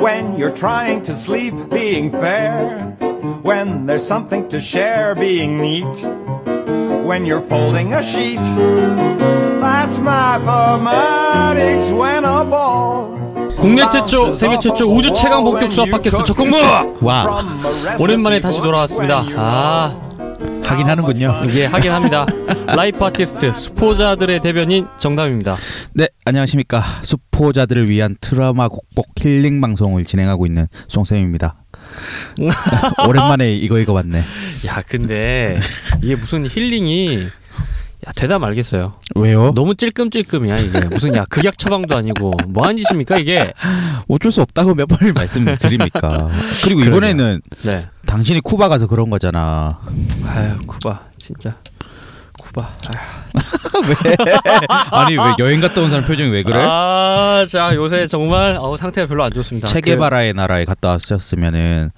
when you're trying to sleep, being fair. When there's something to share, being neat. When you're folding a sheet. That's mathematics when a ball. 국내 최초, 세계 최초 우주 최강 본격 수학 팟캐스트 첫 공부! 와 오랜만에 다시 돌아왔습니다. 아, 하긴 하는군요. 예, 하긴 합니다. 라이프 아티스트, 수포자들의 대변인 정담입니다. 네 안녕하십니까 수포자들을 위한 트라우마 극복 힐링 방송을 진행하고 있는 송쌤입니다. 오랜만에 이거 이거 왔네. 야, 근데 이게 무슨 힐링이 야, 되다 말겠어요. 왜요? 너무 찔끔찔끔이야, 이게. 무슨 야, 극약 처방도 아니고 뭐 하는 짓입니까, 이게? 어쩔 수 없다고 몇 번을 말씀드립니까? 그리고 이번에는 네. 당신이 쿠바 가서 그런 거잖아. 아유, 쿠바 진짜 쿠바. 아유. 왜? 아니 왜 여행 갔다 온 사람 표정이 왜 그래? 아, 자, 요새 정말 어, 상태가 별로 안 좋습니다. 그 체게바라의 나라에 갔다 왔었으면은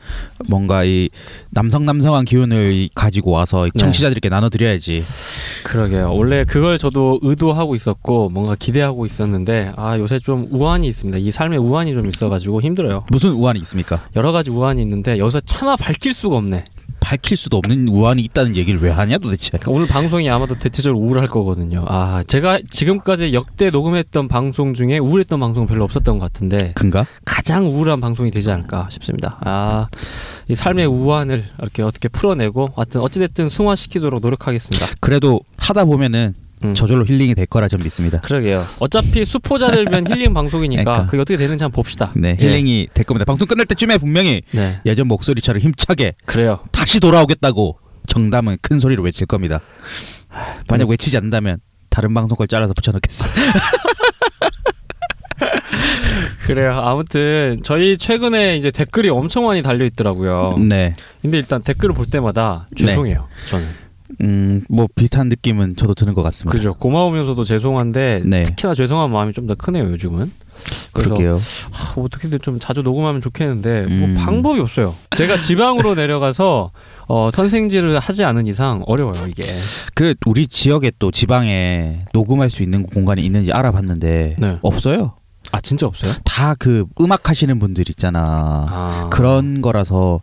뭔가 이 남성 남성한 기운을 이- 가지고 와서 청취자들께 나눠드려야지. 그, 그러게요. 원래 그걸 저도 의도하고 있었고 뭔가 기대하고 있었는데 아, 요새 좀 우환이 있습니다. 이 삶에 우환이 좀 있어 가지고 힘들어요. 무슨 우환이 있습니까? 여러 가지 우환이 있는데 여기서 차마 밝힐 수가 없네. 밝힐 수도 없는 우환이 있다는 얘기를 왜 하냐 도대체. 그러니까 오늘 방송이 아마도 대체적으로 우울할 거거든요. 아, 제가 지금까지 역대 녹음했던 방송 중에 우울했던 방송 별로 없었던 것 같은데 큰가? 가장 우울한 방송이 되지 않을까 싶습니다. 아, 이 삶의 우환을 이렇게 어떻게 풀어내고, 하여튼 어찌됐든 승화시키도록 노력하겠습니다. 그래도 하다 보면은 음. 저절로 힐링이 될 거라 좀 믿습니다. 그러게요. 어차피 수포자들면 힐링 방송이니까 그러니까. 그게 어떻게 되는지 한번 봅시다. 네, 예. 힐링이 될 겁니다. 방송 끝날 때쯤에 분명히 네, 예전 목소리처럼 힘차게 그래요. 다시 돌아오겠다고 정담은 큰 소리로 외칠 겁니다. 음. 만약 외치지 않는다면 다른 방송 걸 잘라서 붙여넣겠습니다. 그래요. 아무튼 저희 최근에 이제 댓글이 엄청 많이 달려 있더라고요. 네. 근데 일단 댓글을 볼 때마다 네. 죄송해요. 저는. 음, 뭐 비슷한 느낌은 저도 드는 것 같습니다. 그죠. 고마우면서도 죄송한데 네. 특히나 죄송한 마음이 좀 더 크네요, 요즘은. 그래서 그럴게요. 아, 어떻게든 좀 자주 녹음하면 좋겠는데 음. 뭐 방법이 없어요. 제가 지방으로 내려가서 어, 선생질을 하지 않은 이상 어려워요 이게. 그 우리 지역에 또 지방에 녹음할 수 있는 공간이 있는지 알아봤는데 네. 없어요. 아 진짜 없어요? 다 그 음악 하시는 분들 있잖아. 아 그런 거라서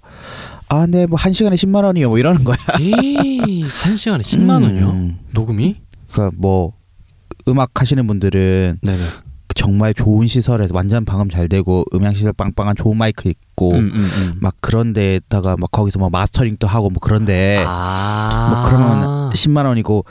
아, 네, 뭐 한 시간에 10만 원이요, 뭐 이러는 거야. 에이, 한 시간에 10만 원이요? 음, 녹음이? 그러니까 뭐 음악 하시는 분들은 네네. 정말 좋은 시설에서 완전 방음 잘 되고 음향 시설 빵빵한 좋은 마이크 있고 뭐, 음. 막 그런 데다가 막 거기서 막 마스터링도 하고 뭐 그런데 아. 뭐 그러면 10만 원이고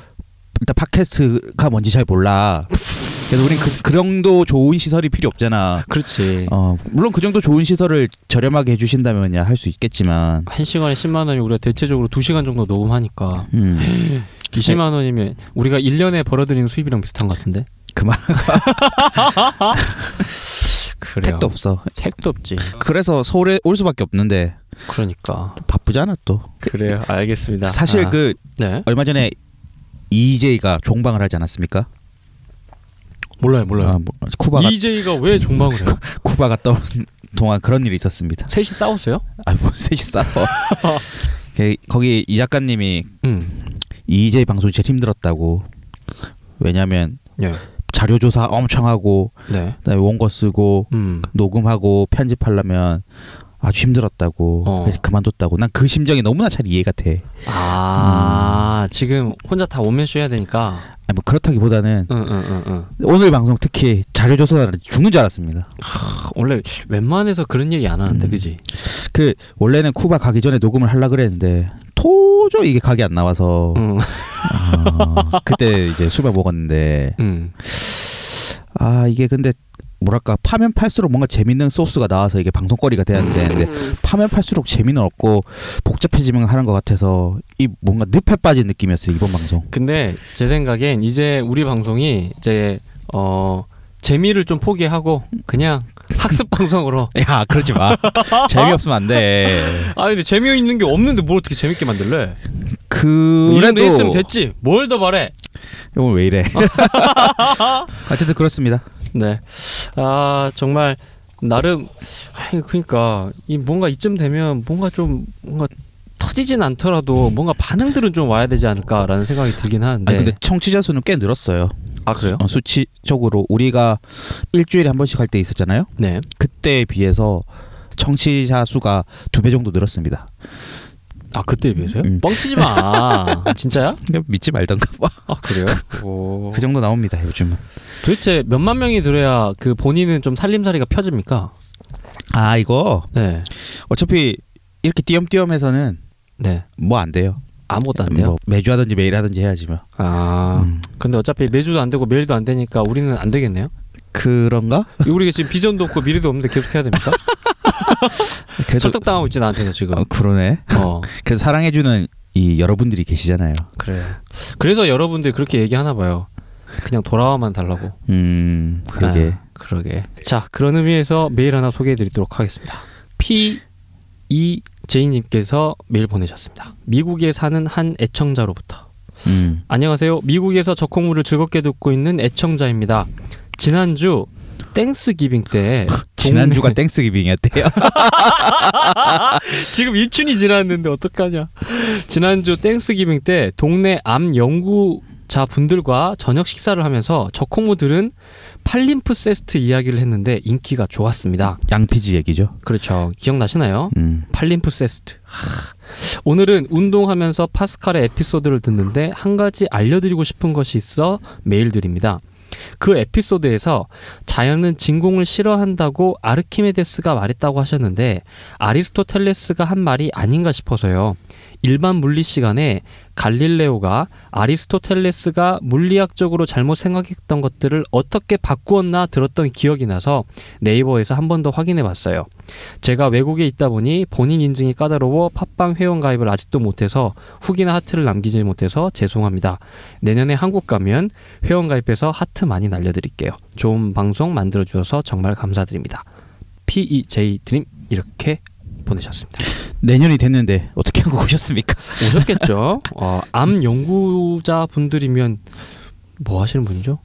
일단 팟캐스트가 뭔지 잘 몰라. 그래서 우린 그, 그 정도 좋은 시설이 필요 없잖아. 그렇지. 어, 물론 그 정도 좋은 시설을 저렴하게 해주신다면야 할 수 있겠지만, 한 시간에 10만 원이 우리가 대체적으로 2시간 정도 녹음하니까 음, 20만 원이면 우리가 1년에 벌어들이는 수입이랑 비슷한 것 같은데. 그만 그래요. 택도 없어. 택도 없지. 그래서 서울에 올 수밖에 없는데 그러니까. 바쁘잖아 또. 그래요. 알겠습니다. 사실 아. 그 네. 얼마 전에 EJ가 종방을 하지 않았습니까? 몰라요, 아, 뭐, 쿠바가 EJ가 왜 종방을 해요? 쿠바 갔다 온 동안 그런 일이 있었습니다. 셋이 싸웠어요? 아뭐 셋이 싸워. 그, 거기 이 작가님이 음. 응. EJ 방송 제일 힘들었다고. 왜냐면 예. 자료 조사 엄청 하고 네. 그다음에 원고 쓰고 음. 녹음하고 편집하려면 아주 힘들었다고 어. 그래서 그만뒀다고 난 그 심정이 너무나 잘 이해가 돼. 아, 음. 지금 혼자 다 원맨쇼 해야 되니까. 아니 뭐 그렇다기보다는 응, 응, 응, 응. 오늘 방송 특히 자료 조사는 죽는 줄 알았습니다. 크, 원래 웬만해서 그런 얘기 안 하는데, 음. 그지? 그 원래는 쿠바 가기 전에 녹음을 하려 그랬는데 도저히 이게 각이 안 나와서 응. 아, 그때 이제 술을 먹었는데 응. 아 이게 근데 뭐랄까 파면 팔수록 뭔가 재밌는 소스가 나와서 이게 방송거리가 돼야 되는데 파면 팔수록 재미는 없고 복잡해지면 하는 것 같아서 이 뭔가 늪에 빠진 느낌이었어요 이번 방송. 근데 제 생각엔 이제 우리 방송이 이제, 어, 재미를 좀 포기하고 그냥 학습 방송으로 야 그러지 마 재미없으면 안 돼. 아 근데 재미있는 게 없는데 뭘 어떻게 재밌게 만들래? 이 정도 했으면 그래도 됐지 뭘 더 바래? 오늘 뭐 왜 이래? 어쨌든 그렇습니다. 네. 아 정말 나름 아니 그러니까 이 뭔가 이쯤 되면 뭔가 좀 뭔가 터지진 않더라도 뭔가 반응들은 좀 와야 되지 않을까라는 생각이 들긴 하는데. 아니 근데 청취자 수는 꽤 늘었어요. 아, 그래요? 어, 수치적으로 우리가 일주일에 한 번씩 할 때 있었잖아요. 네. 그때에 비해서 청취자 수가 두 배 정도 늘었습니다. 아 그때에 비해서요? 음. 뻥치지 마. 진짜야? 그냥 믿지 말던가 봐. 아 그래요? 오. 그 정도 나옵니다 요즘은. 도대체 몇만 명이 들어야 그 본인은 좀 살림살이가 펴집니까? 아 이거 네, 어차피 이렇게 띄엄띄엄해서는 네 뭐 안 돼요. 아무것도 안 돼요. 뭐 매주 하든지 매일 하든지 해야지 뭐. 아 음. 근데 어차피 매주도 안 되고 매일도 안 되니까 우리는 안 되겠네요. 그런가? 우리가 지금 비전도 없고 미래도 없는데 계속 해야 됩니까? 그래도 설득 당하고 있지 나한테서 지금. 어, 그러네. 어 그래서 사랑해주는 이 여러분들이 계시잖아요. 그래. 그래서 여러분들 그렇게 얘기하나 봐요. 그냥 돌아와만 달라고. 음 그러게. 아, 그러게. 자, 그런 의미에서 메일 하나 소개해 드리도록 하겠습니다. P E 제이 님께서 메일 보내셨습니다. 미국에 사는 한 애청자로부터 음. 안녕하세요. 미국에서 저콩물을 즐겁게 듣고 있는 애청자입니다. 지난주 땡스 기빙 때 음. 지난주가 땡스기빙이었대요. 지금 입춘이 지났는데 어떡하냐. 지난주 땡스기빙 때 동네 암 연구자 분들과 저녁 식사를 하면서 저콩무들은 팔림프 세스트 이야기를 했는데 인기가 좋았습니다. 양피지 얘기죠. 그렇죠. 기억나시나요? 음. 팔림프 세스트. 하. 오늘은 운동하면서 파스칼의 에피소드를 듣는데 한 가지 알려드리고 싶은 것이 있어 메일 드립니다. 그 에피소드에서 자연은 진공을 싫어한다고 아르키메데스가 말했다고 하셨는데 아리스토텔레스가 한 말이 아닌가 싶어서요. 일반 물리 시간에 갈릴레오가 아리스토텔레스가 물리학적으로 잘못 생각했던 것들을 어떻게 바꾸었나 들었던 기억이 나서 네이버에서 한 번 더 확인해 봤어요. 제가 외국에 있다 보니 본인 인증이 까다로워 팟빵 회원 가입을 아직도 못해서 후기나 하트를 남기지 못해서 죄송합니다. 내년에 한국 가면 회원 가입해서 하트 많이 날려드릴게요. 좋은 방송 만들어 주셔서 정말 감사드립니다. PEJ 드림 이렇게 보내셨습니다. 내년이 됐는데 어떻게 한거 오셨습니까? 오셨겠죠? 어, 암 연구자 분들이면 뭐 하시는 분이죠?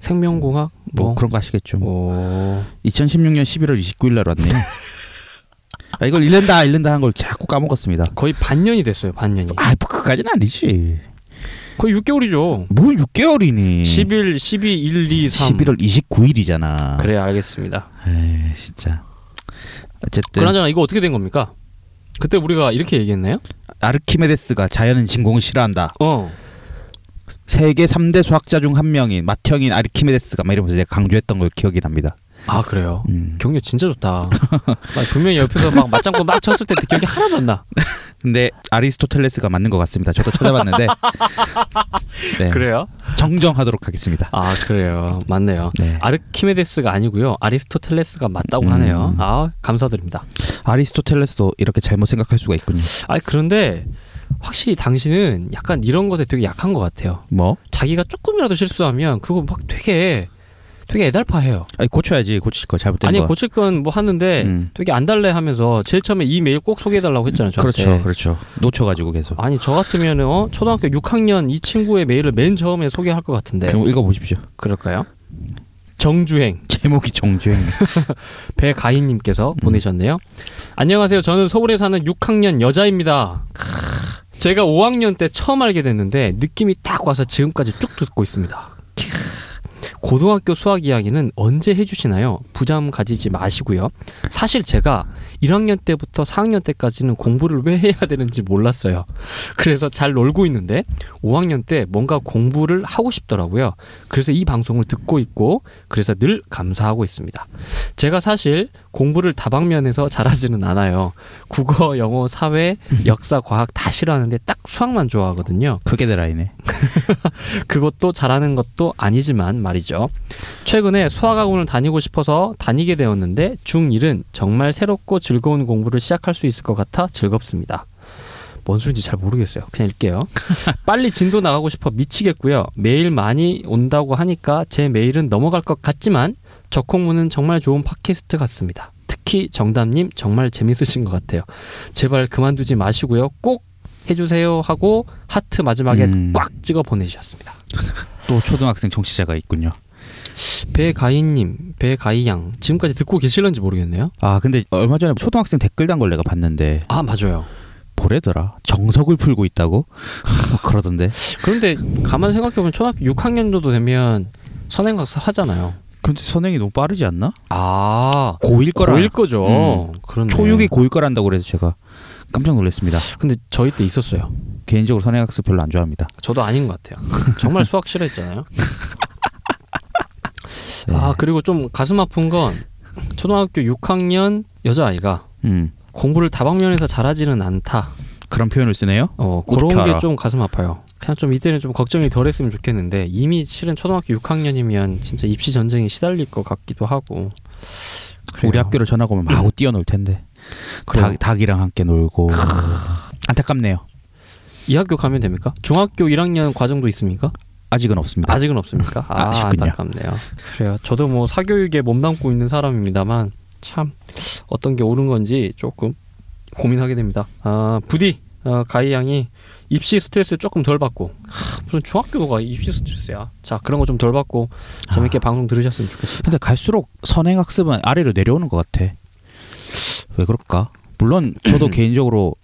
생명공학 뭐 뭐. 어, 그런 거 하시겠죠. 뭐. 오. 2016년 11월 29일 날 왔네요. 아, 이걸 잃는다 잃는다 한 걸 자꾸 까먹었습니다. 거의 반년이 됐어요. 반년이. 아, 뭐 그까지는 아니지. 거의 6개월이죠. 뭐 6개월이니. 10일, 12, 1, 2, 3. 11월 29일이잖아. 그래 알겠습니다. 에이, 진짜. 어쨌든 그나저나 이거 어떻게 된 겁니까? 그때 우리가 이렇게 얘기했나요? 아르키메데스가 자연은 진공을 싫어한다. 어. 세계 3대 수학자 중 한 명인 마티형인 아르키메데스가 막 이러면서 제가 강조했던 걸 기억이 납니다. 아 그래요. 음. 경력 진짜 좋다. 막 분명히 옆에서 막 맞장구 막 쳤을 때 기억이 하나도 안 나. 근데 아리스토텔레스가 맞는 것 같습니다. 저도 찾아봤는데. 네, 그래요? 정정하도록 하겠습니다. 아 그래요. 맞네요. 네. 아르키메데스가 아니고요. 아리스토텔레스가 맞다고 음. 하네요. 아 감사드립니다. 아리스토텔레스도 이렇게 잘못 생각할 수가 있군요. 아 그런데 확실히 당신은 약간 이런 것에 되게 약한 것 같아요. 뭐? 자기가 조금이라도 실수하면 그거 막 되게 되게 애달파해요. 아니 고쳐야지 고칠 거 잘못된 아니 거. 고칠 건 뭐 하는데 음. 되게 안 달래 하면서 제일 처음에 이 메일 꼭 소개해달라고 했잖아요. 저한테. 그렇죠, 그렇죠. 놓쳐가지고 계속. 아니 저 같으면은 어? 초등학교 6학년 이 친구의 메일을 맨 처음에 소개할 것 같은데 그럼 읽어보십시오. 그럴까요? 정주행 제목이 정주행. 배가인님께서 보내셨네요. 안녕하세요. 저는 서울에 사는 6학년 여자입니다. 크으. 제가 5학년 때 처음 알게 됐는데 느낌이 딱 와서 지금까지 쭉 듣고 있습니다. 캬. 고등학교 수학 이야기는 언제 해주시나요? 부담 가지지 마시고요. 사실 제가 1학년 때부터 4학년 때까지는 공부를 왜 해야 되는지 몰랐어요. 그래서 잘 놀고 있는데 5학년 때 뭔가 공부를 하고 싶더라고요. 그래서 이 방송을 듣고 있고 그래서 늘 감사하고 있습니다. 제가 사실 공부를 다방면에서 잘하지는 않아요. 국어, 영어, 사회, 역사, 과학 다 싫어하는데 딱 수학만 좋아하거든요. 크게 드라이네. 그것도 잘하는 것도 아니지만 말이죠. 최근에 수학학원을 다니고 싶어서 다니게 되었는데 중1은 정말 새롭고 즐거운 공부를 시작할 수 있을 것 같아 즐겁습니다. 뭔 소리인지 잘 모르겠어요. 그냥 읽게요. 빨리 진도 나가고 싶어 미치겠고요. 메일 많이 온다고 하니까 제 메일은 넘어갈 것 같지만 적콩무는 정말 좋은 팟캐스트 같습니다. 특히 정담님 정말 재밌으신 것 같아요. 제발 그만두지 마시고요. 꼭 해주세요 하고 하트 마지막에 음. 꽉 찍어 보내주셨습니다. 또 초등학생 정치자가 있군요. 배가희님, 배가희양 지금까지 듣고 계실런지 모르겠네요. 아 근데 얼마 전에 초등학생 댓글 단 걸 내가 봤는데 아 맞아요. 뭐래더라? 정석을 풀고 있다고? 막 그러던데. 그런데 가만 생각해보면 초등학교 6학년도 되면 선행각사 하잖아요. 근데 선행이 너무 빠르지 않나? 아 고일 거라. 음. 고일 거죠. 음, 그런 초육이 고일 거란다고 그래서 제가 깜짝 놀랐습니다. 근데 저희 때 있었어요. 개인적으로 선행학습 별로 안 좋아합니다. 저도 아닌 것 같아요. 정말 수학 싫어했잖아요. 네. 아 그리고 좀 가슴 아픈 건 초등학교 6학년 여자아이가 음. 공부를 다방면에서 잘하지는 않다. 그런 표현을 쓰네요. 어 어떻게 그런 알아? 게 좀 가슴 아파요. 그냥 좀 이때는 좀 걱정이 덜했으면 좋겠는데 이미 실은 초등학교 6학년이면 진짜 입시 전쟁이 시달릴 것 같기도 하고. 그래요. 우리 학교로 전학 오면 마구 뛰어놀 텐데 그래요. 닭, 닭이랑 함께 놀고 안타깝네요. 이 학교 가면 됩니까? 중학교 1학년 과정도 있습니까? 아직은 없습니다. 아직은 없습니까? 아, 아쉽군요. 안타깝네요. 그래요. 저도 뭐 사교육에 몸담고 있는 사람입니다만 참 어떤 게 옳은 건지 조금 고민하게 됩니다. 아, 부디 어, 가희 양이 입시 스트레스 조금 덜 받고 하, 무슨 중학교가 입시 스트레스야. 자 그런 거 좀 덜 받고 재밌게 방송 들으셨으면 좋겠습니다. 근데 갈수록 선행 학습은 아래로 내려오는 것 같아. 왜 그럴까? 물론 음. 저도 개인적으로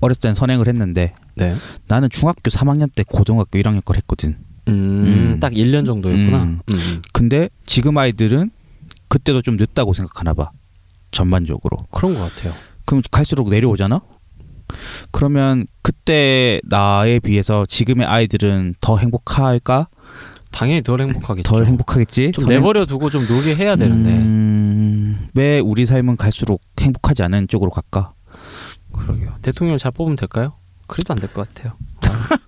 어렸을 땐 선행을 했는데 네. 나는 중학교 3학년 때 고등학교 1학년 걸 했거든. 음, 음. 딱 1년 정도였구나. 음. 음. 근데 지금 아이들은 그때도 좀 늦다고 생각하나 봐. 전반적으로. 그런 것 같아요. 그럼 갈수록 내려오잖아. 그러면 그때 나에 비해서 지금의 아이들은 더 행복할까? 당연히 덜 행복하겠죠. 덜 행복하겠지? 그렇죠. 좀 선행- 내버려 두고 좀 놀게 해야 되는데 음, 왜 우리 삶은 갈수록 행복하지 않은 쪽으로 갈까? 그러게요. 대통령을 잘 뽑으면 될까요? 그래도 안 될 것 같아요.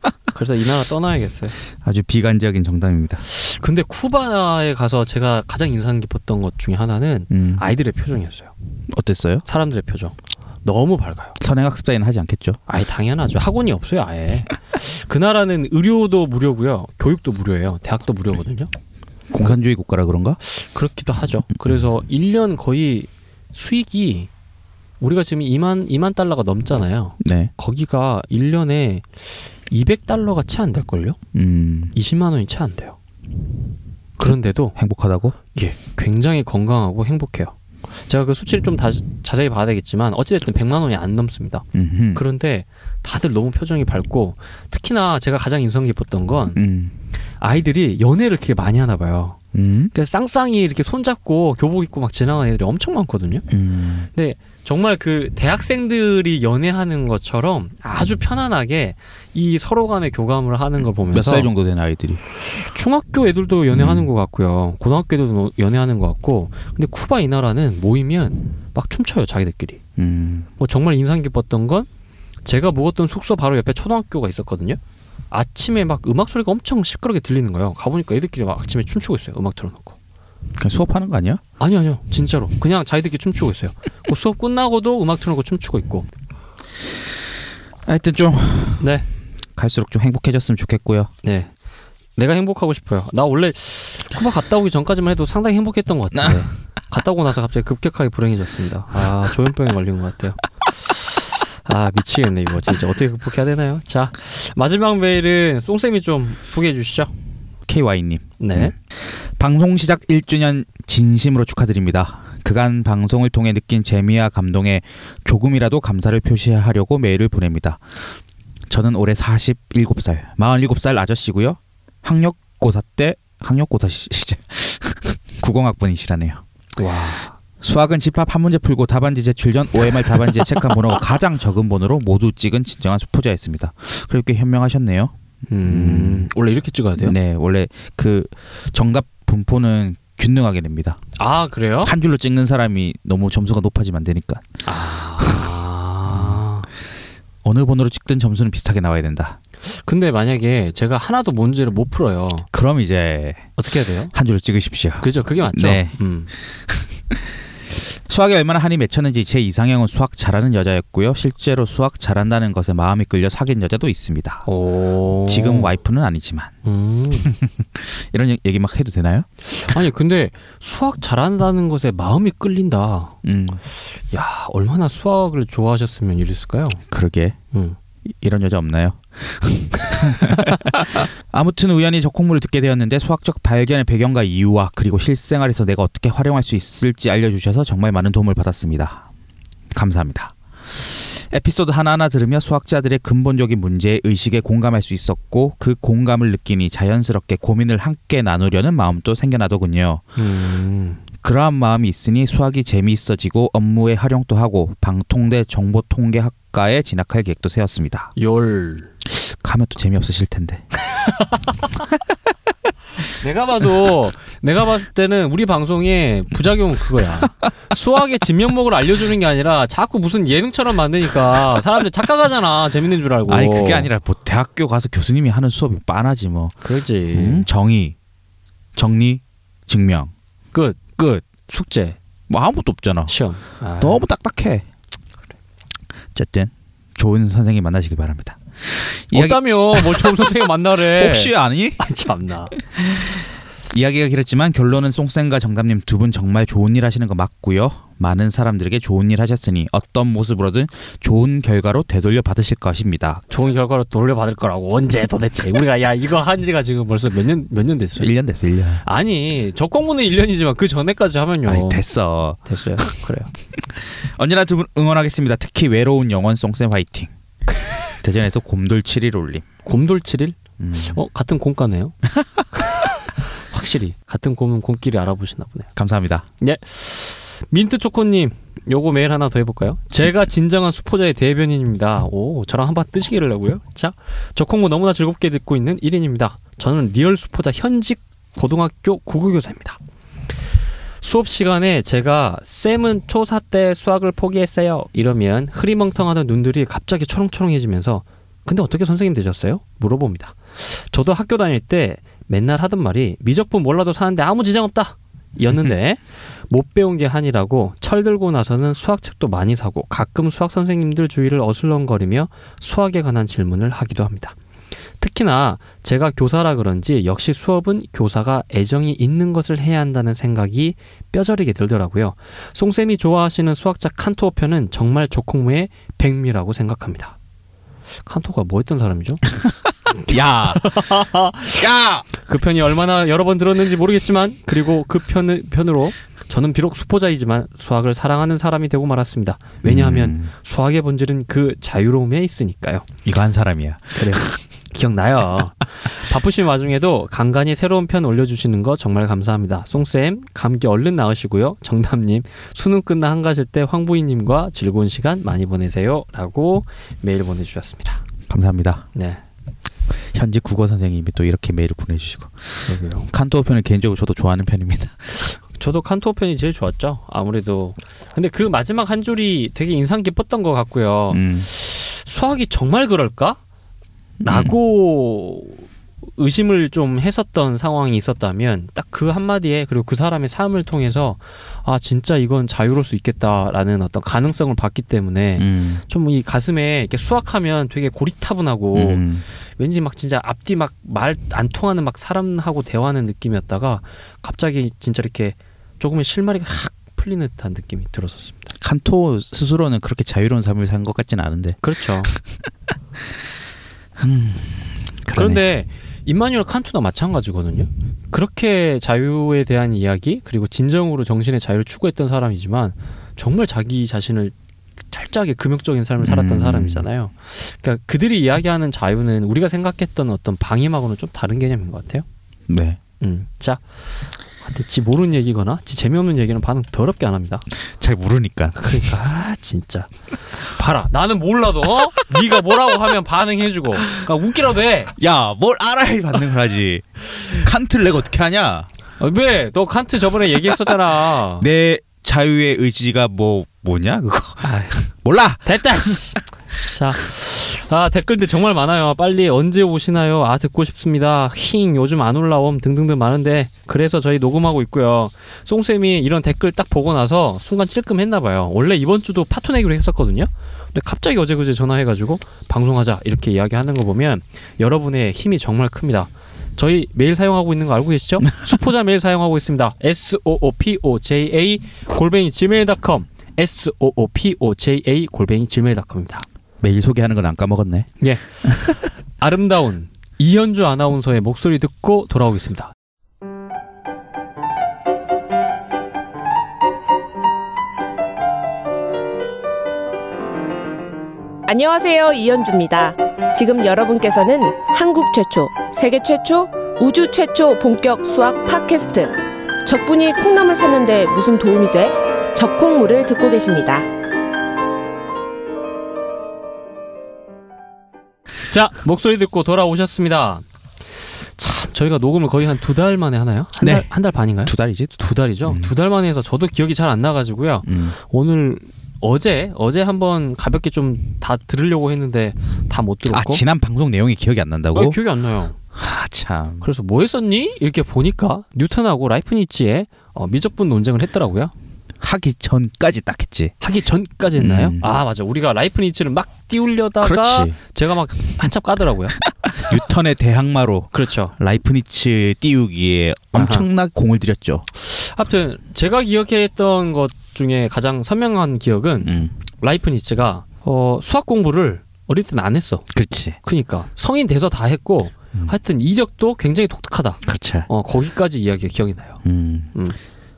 아, 그래서 이 나라 떠나야겠어요. 아주 비관적인 정답입니다. 근데 쿠바에 가서 제가 가장 인상 깊었던 것 중에 하나는 음, 아이들의 표정이었어요. 어땠어요? 사람들의 표정. 너무 밝아요. 선행학습자인 하지 않겠죠? 아예 당연하죠. 학원이 없어요, 아예. 그 나라는 의료도 무료고요. 교육도 무료예요. 대학도 무료거든요. 공산주의 국가라 그런가? 그렇기도 하죠. 그래서 1년 거의 수익이 우리가 지금 2만 2만 달러가 넘잖아요. 네. 거기가 1년에 200달러가 채 안 될 걸요? 음, 20만 원이 채 안 돼요. 그런데도 행복하다고? 예, 굉장히 건강하고 행복해요. 제가 그 수치를 좀 다시- 자세히 봐야 되겠지만 어찌됐든 100만 원이 안 넘습니다. 음, 그런데 다들 너무 표정이 밝고 특히나 제가 가장 인상 깊었던 건 음, 아이들이 연애를 그렇게 많이 하나 봐요. 음, 그러니까 쌍쌍이 이렇게 손잡고 교복 입고 막 지나가는 애들이 엄청 많거든요. 음, 정말 그 대학생들이 연애하는 것처럼 아주 편안하게 이 서로 간의 교감을 하는 걸 보면서 몇 살 정도 된 아이들이? 중학교 애들도 연애하는 음. 것 같고요. 고등학교 애들도 노- 연애하는 것 같고. 근데 쿠바 이 나라는 모이면 막 춤춰요, 자기들끼리. 음, 뭐 정말 인상 깊었던 건 제가 묵었던 숙소 바로 옆에 초등학교가 있었거든요. 아침에 막 음악 소리가 엄청 시끄럽게 들리는 거예요. 가보니까 애들끼리 막 아침에 춤추고 있어요. 음악 틀어놓고. 그냥 수업하는 거 아니야? 아니요, 아니요. 진짜로. 그냥 자기들끼리 춤추고 있어요. 그 수업 끝나고도 음악 틀어놓고 춤추고 있고. 하여튼 좀 네. 갈수록 좀 행복해졌으면 좋겠고요. 네. 내가 행복하고 싶어요. 나 원래 쿠바 갔다 오기 전까지만 해도 상당히 행복했던 것 같은데 아. 갔다 오고 나서 갑자기 급격하게 불행해졌습니다. 아 조현병에 걸린 것 같아요. 아 미치겠네 이거 진짜 어떻게 극복해야 되나요? 자 마지막 메일은 송 쌤이 좀 소개해 주시죠. KY님. 네. 방송 시작 1주년 진심으로 축하드립니다. 그간 방송을 통해 느낀 재미와 감동에 조금이라도 감사를 표시하려고 메일을 보냅니다. 저는 올해 47살, 47살 아저씨고요. 학력고사 때 학력고사 시- 시절 90학번이시라네요. 와 수학은 집합 한 문제 풀고 답안지 제출 전 OMR 답안지에 체크한 번호가 가장 적은 번호로 모두 찍은 진정한 수포자였습니다. 그렇게 현명하셨네요. 음, 원래 이렇게 찍어야 돼요? 네, 원래 그 정답 분포는 균등하게 됩니다. 아 그래요? 한 줄로 찍는 사람이 너무 점수가 높아지면 안 되니까 아 어느 번호로 찍든 점수는 비슷하게 나와야 된다. 근데 만약에 제가 하나도 문제를 못 풀어요. 그럼 이제 어떻게 해야 돼요? 한 줄로 찍으십시오. 그죠? 그게 맞죠? 네. 음. 수학에 얼마나 한이 맺혔는지 제 이상형은 수학 잘하는 여자였고요. 실제로 수학 잘한다는 것에 마음이 끌려 사귄 여자도 있습니다. 오. 지금 와이프는 아니지만 음. 이런 얘- 얘기 막 해도 되나요? 아니 근데 수학 잘한다는 것에 마음이 끌린다. 음, 야 얼마나 수학을 좋아하셨으면 이랬을까요? 그러게. 음. 이- 이런 여자 없나요? 아무튼 우연히 저 콩물을 듣게 되었는데 수학적 발견의 배경과 이유와 그리고 실생활에서 내가 어떻게 활용할 수 있을지 알려주셔서 정말 많은 도움을 받았습니다. 감사합니다. 에피소드 하나하나 들으며 수학자들의 근본적인 문제 의식에 공감할 수 있었고 그 공감을 느끼니 자연스럽게 고민을 함께 나누려는 마음도 생겨나더군요. 음. 그러한 마음이 있으니 수학이 재미있어지고 업무에 활용도 하고 방통대 정보통계학과에 진학할 계획도 세웠습니다. 열. 가면 또 재미없으실 텐데. 내가 봐도 내가 봤을 때는 우리 방송의 부작용은 그거야. 수학의 진면목을 알려주는 게 아니라 자꾸 무슨 예능처럼 만드니까 사람들 착각하잖아. 재밌는 줄 알고. 아니 그게 아니라 뭐 대학교 가서 교수님이 하는 수업이 빤하지 뭐. 그렇지. 음, 정의, 정리, 증명, 끝. 끝. 숙제. 뭐 아무것도 없잖아. 시험. 아. 너무 딱딱해. 어쨌든 좋은 선생님 만나시길 바랍니다. 이야기 없다며 뭐 처음 선생님 만나래. 혹시 아니? 아, 참나. 이야기가 길었지만 결론은 송쌤과 정감님 두 분 정말 좋은 일 하시는 거 맞고요. 많은 사람들에게 좋은 일 하셨으니 어떤 모습으로든 좋은 결과로 되돌려 받으실 것입니다. 좋은 결과로 돌려받을 거라고 언제 도대체 우리가 야 이거 한 지가 지금 벌써 몇 년 몇 년 됐어요. 1년 됐어, 1년. 아니 적공문은 1년이지만 그 전에까지 하면요. 아이, 됐어. 됐어요. 그래요. 언제나 두 분 응원하겠습니다. 특히 외로운 영원 송쌤 화이팅. 대전에서 곰돌 7일 올림. 곰돌 7일? 음. 어 같은 곰과네요. 확실히 같은 곰은 곰끼리 알아보시나 보네요. 감사합니다. 민트 초코님 요거 메일 하나 더 해볼까요? 제가 진정한 수포자의 대변인입니다. 오 저랑 한번 뜨시기를 하고요. 자 적콩무 너무나 즐겁게 듣고 있는 1인입니다. 저는 리얼 수포자 현직 고등학교 국어교사입니다. 수업 시간에 제가 쌤은 초사 때 수학을 포기했어요. 이러면 흐리멍텅하던 눈들이 갑자기 초롱초롱해지면서 근데 어떻게 선생님 되셨어요? 물어봅니다. 저도 학교 다닐 때 맨날 하던 말이 미적분 몰라도 사는데 아무 지장 없다. 였는데 못 배운 게 한이라고 철들고 나서는 수학책도 많이 사고 가끔 수학 선생님들 주위를 어슬렁거리며 수학에 관한 질문을 하기도 합니다. 특히나 제가 교사라 그런지 역시 수업은 교사가 애정이 있는 것을 해야 한다는 생각이 뼈저리게 들더라고요. 송쌤이 좋아하시는 수학자 칸토 편은 정말 조콩무의 백미라고 생각합니다. 칸토가 뭐 했던 사람이죠? 야! 야! 그 편이 얼마나 여러 번 들었는지 모르겠지만 그리고 그 편을, 편으로 저는 비록 수포자이지만 수학을 사랑하는 사람이 되고 말았습니다. 왜냐하면 음, 수학의 본질은 그 자유로움에 있으니까요. 이거 한 사람이야. 그래요. 기억나요. 바쁘신 와중에도 간간히 새로운 편 올려주시는 거 정말 감사합니다. 송쌤 감기 얼른 나으시고요. 정담님 수능 끝나 한가실 때 황부인님과 즐거운 시간 많이 보내세요. 라고 메일 보내주셨습니다. 감사합니다. 네. 현지 국어 선생님이 또 이렇게 메일을 보내주시고 그러게요. 칸토어 편을 개인적으로 저도 좋아하는 편입니다. 저도 칸토 편이 제일 좋았죠. 아무래도 근데 그 마지막 한 줄이 되게 인상 깊었던 것 같고요. 음. 수학이 정말 그럴까? 음. 라고 의심을 좀 했었던 상황이 있었다면 딱 그 한마디에 그리고 그 사람의 삶을 통해서 아 진짜 이건 자유로울 수 있겠다라는 어떤 가능성을 봤기 때문에 음. 좀 이 가슴에 이렇게 수학하면 되게 고리타분하고 음. 왠지 막 진짜 앞뒤 막 말 안 통하는 막 사람하고 대화하는 느낌이었다가 갑자기 진짜 이렇게 조금의 실마리가 확 풀리는 듯한 느낌이 들었었습니다. 칸토 스스로는 그렇게 자유로운 삶을 산 것 같진 않은데 그렇죠. 그러네. 그런데 임마뉴엘 칸토나 마찬가지거든요. 그렇게 자유에 대한 이야기 그리고 진정으로 정신의 자유를 추구했던 사람이지만 정말 자기 자신을 철저하게 금욕적인 삶을 살았던 음. 사람이잖아요. 그러니까 그들이 이야기하는 자유는 우리가 생각했던 어떤 방임하고는 좀 다른 개념인 것 같아요. 네. 음, 자, 하여튼 지 모르는 얘기거나 지 재미없는 얘기는 반응 더럽게 안 합니다. 잘 모르니까 그러니까 아, 진짜 봐라, 나는 몰라도 어? 네가 뭐라고 하면 반응해주고, 그러니까 웃기라도 해. 야 뭘 알아야 반응을 하지 칸트를 내가 어떻게 하냐 아, 왜? 너 칸트 저번에 얘기했었잖아. 내 자유의 의지가 뭐 뭐냐 그거 아휴, 몰라 됐다. 씨. 자, 아 댓글들 정말 많아요. 빨리 언제 오시나요? 아 듣고 싶습니다. 힝 요즘 안 올라옴 등등등 많은데 그래서 저희 녹음하고 있고요. 송 쌤이 이런 댓글 딱 보고 나서 순간 찔끔했나봐요. 원래 이번 주도 파투 내기로 했었거든요. 근데 갑자기 어제 그제 전화해가지고 방송하자 이렇게 이야기하는 거 보면 여러분의 힘이 정말 큽니다. 저희 메일 사용하고 있는 거 알고 계시죠? 수포자 메일 사용하고 있습니다. S O O P O J A 골뱅이 gmail.com S O O P O J A 골뱅이 gmail.com입니다. 메일 소개하는 건 안 까먹었네 아름다운 이현주 아나운서의 목소리 듣고 돌아오겠습니다. 안녕하세요. 이현주입니다. 지금 여러분께서는 한국 최초, 세계 최초, 우주 최초 본격 수학 팟캐스트. 적분이 콩나물 샀는데 무슨 도움이 돼? 적콩물을 듣고 계십니다. 자 목소리 듣고 돌아오셨습니다. 참 저희가 녹음을 거의 한 두 달 만에 하나요? 한 네. 달 한 달 반인가요? 두 달이지? 두- 두 달이죠. 음. 두 달 만에 해서 저도 기억이 잘 안 나가지고요. 음. 오늘 어제 어제 한번 가볍게 좀 다 들으려고 했는데 다 못 아 들었고 지난 방송 내용이 기억이 안 난다고? 어, 기억이 안 나요. 아 참. 그래서 뭐 했었니? 이렇게 보니까 뉴턴하고 라이프니치의 어, 미적분 논쟁을 했더라고요. 하기 전까지 딱 했지. 하기 전까지 했나요? 음. 아 맞아. 우리가 라이프니치를 막 띄우려다가 그렇지. 제가 막 한참 까더라고요. 뉴턴의 대항마로 그렇죠. 라이프니츠 띄우기에 아하. 엄청나게 공을 들였죠. 하여튼 제가 기억했던 것 중에 가장 선명한 기억은 음. 라이프니츠가 어, 수학 공부를 어릴 땐 안 했어. 그렇지. 그러니까 성인 돼서 다 했고 음. 하여튼 이력도 굉장히 독특하다. 그렇지. 어 거기까지 이야기가 기억이 나요. 음. 음.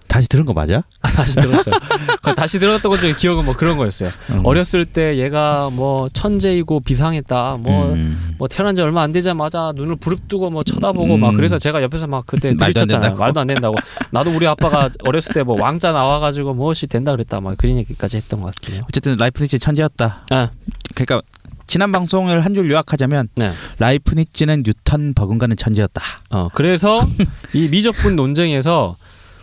다시 들은 거 맞아? 아, 다시 들었어요. 그 다시 들었던 것 중에 기억은 뭐 그런 거였어요. 음. 어렸을 때 얘가 뭐 천재이고 비상했다. 뭐 음. 뭐 태어난 지 얼마 안 되자마자 눈을 부릅뜨고 뭐 쳐다보고 막 음. 그래서 제가 옆에서 막 그때 말도 안 들이쳤잖아요. 된다고. 말도 안 된다고. 나도 우리 아빠가 어렸을 때 뭐 왕자 나와가지고 무엇이 된다 그랬다 막 그런 얘기까지 했던 것 같긴 해요. 어쨌든 라이프니츠 천재였다. 아. 그러니까 지난 방송을 한 줄 요약하자면 네. 라이프니츠는 뉴턴 버금가는 천재였다. 어 그래서 이 미적분 논쟁에서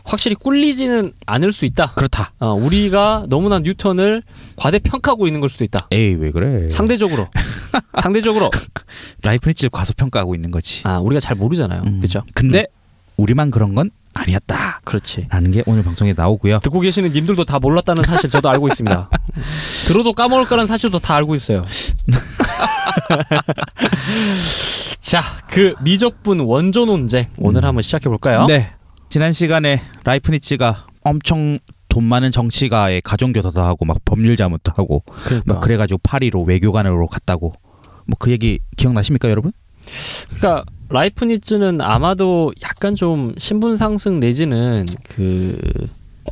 확실히 꿀리지는 않을 수 있다. 그렇다. 어, 우리가 너무나 뉴턴을 과대평가하고 있는 걸 수도 있다. 에이 왜 그래? 상대적으로 상대적으로 라이프니츠를 과소평가하고 있는 거지. 아 우리가 잘 모르잖아요. 음. 그렇죠? 근데 우리만 그런 건 아니었다라는 그렇지. 게 오늘 방송에 나오고요. 듣고 계시는 님들도 다 몰랐다는 사실 저도 알고 있습니다. 들어도 까먹을 거라는 사실도 다 알고 있어요. 자, 그 미적분 원조 논쟁 오늘 음. 한번 시작해 볼까요? 네. 지난 시간에 라이프니츠가 엄청 돈 많은 정치가의 가정교사도 하고 막 법률 자문도 하고 그러니까, 막 그래가지고 파리로 외교관으로 갔다고 뭐 그 얘기 기억나십니까 여러분? 그러니까 라이프니츠는 아마도 약간 좀 신분 상승 내지는 그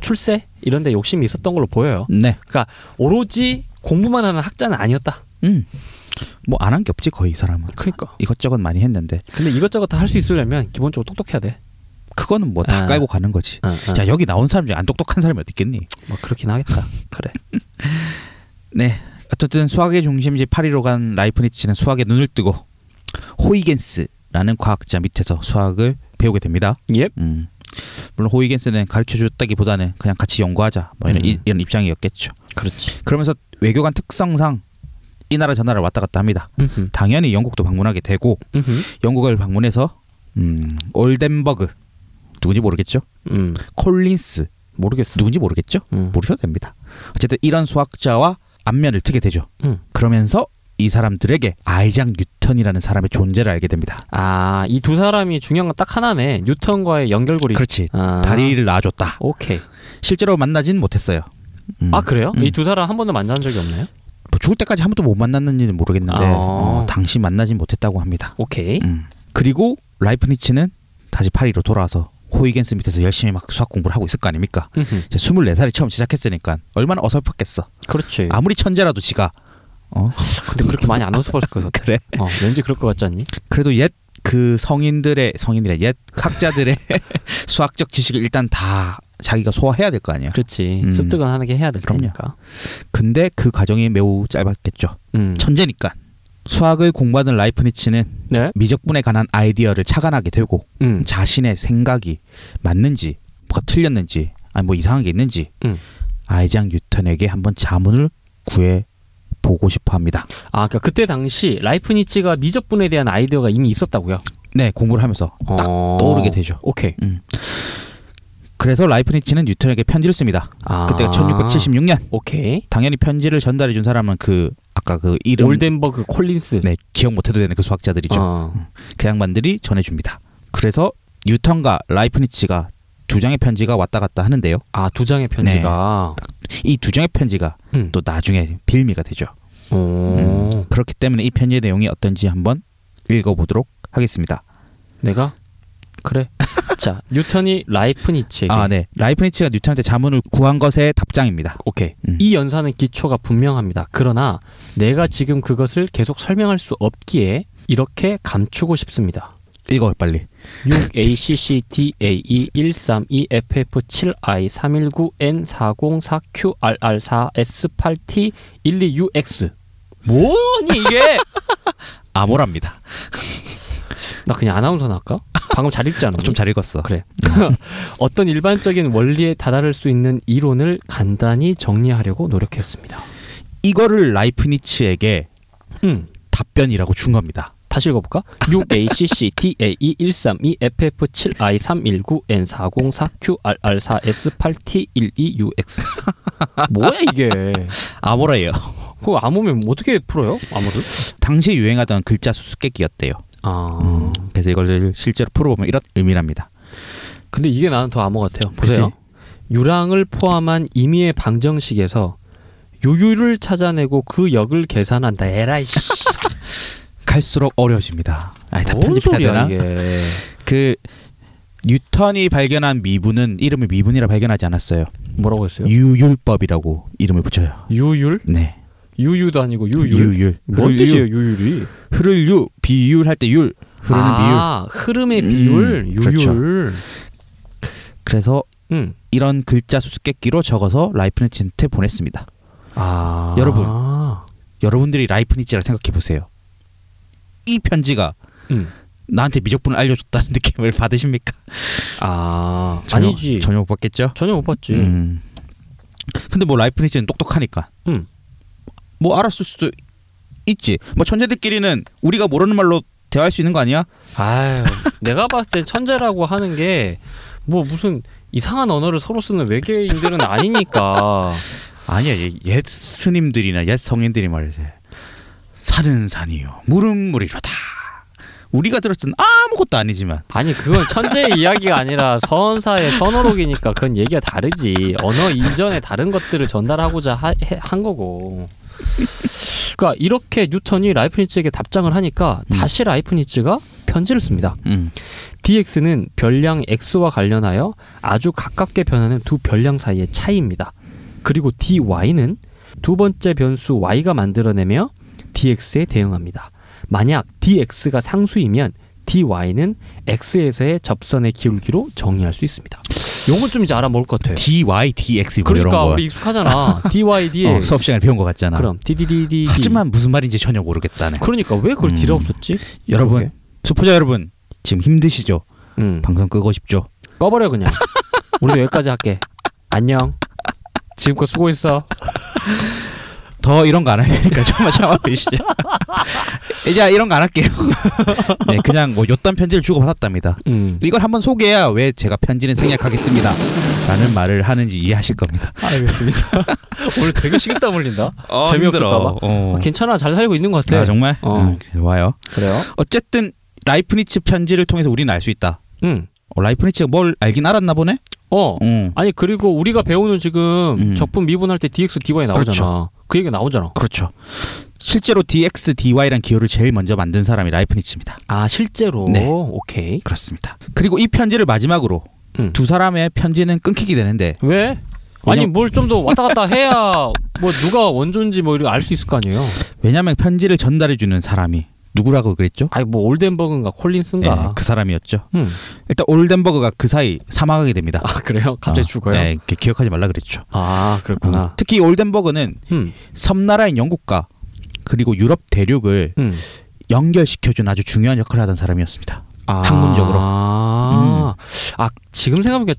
출세 이런 데 욕심이 있었던 걸로 보여요. 네. 오로지 공부만 하는 학자는 아니었다. 음. 뭐 안 한 게 없지 거의 이 사람은. 그러니까. 이것저것 많이 했는데 근데 이것저것 다 할 수 있으려면 기본적으로 똑똑해야 돼. 그거는 뭐 다 아. 깔고 가는 거지. 어, 어. 야 여기 나온 사람 중에 안 똑똑한 사람이 어디 있겠니? 뭐 그렇긴 하겠다. 그래. 네. 어쨌든 수학의 중심지 파리로 간 라이프니츠는 수학에 눈을 뜨고 호이겐스라는 과학자 밑에서 수학을 배우게 됩니다. 예. 음. 물론 호이겐스는 가르쳐 줬다기보다는 그냥 같이 연구하자 뭐 이런, 이- 음. 이런 입장이었겠죠. 그렇지. 그러면서 외교관 특성상 이 나라 저 나라 왔다 갔다 합니다. 음흠. 당연히 영국도 방문하게 되고 음흠. 영국을 방문해서 음, 올덴버그 누군지 모르겠죠. 음. 콜린스 모르겠어. 누군지 모르겠죠. 음. 모르셔도 됩니다. 어쨌든 이런 수학자와 안면을 트게 되죠. 음. 그러면서 이 사람들에게 아이작 뉴턴이라는 사람의 존재를 알게 됩니다. 아, 이 두 사람이 중요한 건 딱 하나네. 뉴턴과의 연결고리. 그렇지. 아, 다리를 놔줬다. 오케이. 실제로 만나진 못했어요. 음. 아 그래요? 음. 이 두 사람 한 번도 만난 적이 없나요? 뭐 죽을 때까지 한 번도 못 만났는지는 모르겠는데 아. 어, 당시 만나진 못했다고 합니다. 오케이. 음. 그리고 라이프니츠는 다시 파리로 돌아와서 호이겐스 밑에서 열심히 막 수학 공부를 하고 있을 거 아닙니까? 음흠. 이제 24살이 처음 시작했으니까 얼마나 어설펐겠어. 그렇지. 아무리 천재라도 지가 어? 근데 그렇게 많이 안 어설퍼질 것 같아. 그래. 어, 왠지 그럴 것 같지 않니? 그래도 옛 그 성인들의 성인들의 옛 학자들의 수학적 지식을 일단 다 자기가 소화해야 될 거 아니야. 그렇지. 음. 습득은 하게 해야 될 그럼요. 테니까. 근데 그 과정이 매우 짧았겠죠. 음. 천재니까. 수학을 공부하는 라이프니츠는 네. 미적분에 관한 아이디어를 착안하게 되고 음. 자신의 생각이 맞는지 뭐가 틀렸는지 아니 뭐 이상한 게 있는지 음. 아이작 뉴턴에게 한번 자문을 구해 보고 싶어 합니다. 아, 그러니까 그때 당시 라이프니츠가 미적분에 대한 아이디어가 이미 있었다고요. 네, 공부를 하면서 딱 어. 떠오르게 되죠. 음. 오케이. 그래서 라이프니츠는 뉴턴에게 편지를 씁니다. 아. 그때가 1676년. 오케이. 당연히 편지를 전달해 준 사람은 그 아까 그 이름 올덴버그 콜린스. 네, 기억 못 해도 되는 그 수학자들이죠. 어. 그 양반들이 전해 줍니다. 그래서 뉴턴과 라이프니츠가 두 장의 편지가 왔다 갔다 하는데요. 아, 두 장의 편지가. 이 두 장의 편지가 음. 또 나중에 빌미가 되죠. 오. 음, 그렇기 때문에 이 편지의 내용이 어떤지 한번 읽어보도록 하겠습니다. 내가 그래. 자, 뉴턴이 라이프니치에게 아, 네. 라이프니츠가 뉴턴한테 자문을 구한 것의 답장입니다. 오케이. 음. 이 연산은 기초가 분명합니다. 그러나 내가 지금 그것을 계속 설명할 수 없기에 이렇게 감추고 싶습니다. 읽어 빨리. E 6ACCDAE132FF7I319N404QRR4S8T12UX 뭐니 이게? 아모랍니다. 나 그냥 아나운서나 할까? 방금 잘 읽잖아. 좀 잘 읽었어. 그래. 어떤 일반적인 원리에 다다를 수 있는 이론을 간단히 정리하려고 노력했습니다. 이거를 라이프니츠에게 음. 답변이라고 준 겁니다. 다시 읽어볼까? E 6ACCTAE132F7I319N404QRR4S8T12UX E 뭐야 이게 아모라예요. 그거 암호면 어떻게 풀어요? 암호를? 당시 유행하던 글자 수수께끼였대요. 아 그래서 이걸 실제로 풀어보면 이런 의미랍니다. 근데 이게 나는 더 암호 같아요 그치? 보세요 유랑을 포함한 임의의 방정식에서 유유를 찾아내고 그 역을 계산한다 에라이 씨 갈수록 어려워집니다. 아, 다 뭔 편집해야 소리야 되나? 이게 그 뉴턴이 발견한 미분은 이름을 미분이라 발견하지 않았어요. 뭐라고 했어요? 유율법이라고 이름을 붙여요. 유율? 네. 유유도 아니고 유율 유율. 뭔 흐를 유, 뜻이에요 유율이? 흐를 유, 비율 할 때 율, 흐르는 비율. 아, 흐름의 비율, 음, 유율. 그렇죠. 그래서 음. 이런 글자 수수께끼로 적어서 라이프니츠한테 보냈습니다. 아. 여러분. 여러분들이 라이프니츠라 생각해 보세요. 이 편지가 음. 나한테 미적분을 알려줬다는 느낌을 받으십니까? 아, 전혀- 아니지. 전혀 못 받겠죠. 전혀 못 봤지. 음. 근데 뭐 라이프니츠는 똑똑하니까. 음. 뭐 알았을 수도 있지. 뭐 천재들끼리는 우리가 모르는 말로 대화할 수 있는 거 아니야? 아유, 내가 봤을 땐 천재라고 하는 게 뭐 무슨 이상한 언어를 서로 쓰는 외계인들은 아니니까. 아니야. 얘- 옛 스님들이나 옛 성인들이 말이지. 산은 산이요. 물은 물이로다. 우리가 들었은 아무것도 아니지만 아니, 그건 천재의 이야기가 아니라 선사의 선어록이니까 그건 얘기가 다르지. 언어 이전의 다른 것들을 전달하고자 하- 해- 한 거고. 그러니까 이렇게 뉴턴이 라이프니츠에게 답장을 하니까 음. 다시 라이프니츠가 편지를 씁니다. 음. dx는 별량 x와 관련하여 아주 가깝게 변하는 두 별량 사이의 차이입니다. 그리고 dy는 두 번째 변수 y가 만들어내며 dx에 대응합니다. 만약 dx가 상수이면 dy는 x에서의 접선의 기울기로 정의할 수 있습니다. 요건 좀 이제 알아먹을 것 같아요. DY, DX 뭐 그러니까 이런 거. 우리 익숙하잖아. dy dx. 어, 수업 시간에 배운 거 같잖아. 그럼 ddd. 하지만 무슨 말인지 전혀 모르겠다네. 그러니까 왜 그걸 음. d라고 썼지? 여러분, 그러게. 수포자 여러분, 지금 힘드시죠? 음. 방송 끄고 싶죠? 꺼버려 그냥. 우리도 여기까지 할게. 안녕. 지금껏 수고했어. 더 이런 거 안 할 테니까 좀만 참아주시죠. 이제 이런 거 안 할게요. 네, 그냥 뭐 요딴 편지를 주고 받았답니다. 음. 이걸 한번 소개해야 왜 제가 편지는 생략하겠습니다. 라는 말을 하는지 이해하실 겁니다. 아, 알겠습니다. 오늘 되게 식은땀 흘린다. 어, 재미없을까 힘들어. 봐. 어. 괜찮아. 잘 살고 있는 것 같아. 아, 정말? 어. 음, 좋아요. 그래요? 어쨌든 라이프니츠 편지를 통해서 우리는 알 수 있다. 응. 어, 라이프니츠가 뭘 알긴 알았나 보네? 어. 음. 아니 그리고 우리가 배우는 지금 음. 적분 미분할 때 dx dy 나오잖아. 그 얘기 나오잖아. 그렇죠. 실제로 DX, DY란 기호를 제일 먼저 만든 사람이 라이프니츠입니다. 아 실제로. 네. 오케이. 그렇습니다. 그리고 이 편지를 마지막으로 음. 두 사람의 편지는 끊기게 되는데 왜? 아니 왜냐- 뭘 좀 더 왔다 갔다 해야 뭐 누가 원조인지 뭐 이렇게 알 수 있을 거 아니에요. 왜냐하면 편지를 전달해 주는 사람이 누구라고 그랬죠? 아니 뭐 올덴버그인가 콜린스인가. 예, 그 사람이었죠. 음. 일단 올덴버그가 그 사이 사망하게 됩니다. 아 네. 그래요? 갑자기 어, 죽어요? 예, 기- 기억하지 말라 그랬죠. 아 그렇구나. 어, 특히 올덴버그는 음. 섬나라인 영국과 그리고 유럽 대륙을 음. 연결시켜준 아주 중요한 역할을 하던 사람이었습니다. 아. 학문적으로. 아, 아 지금 생각해보니까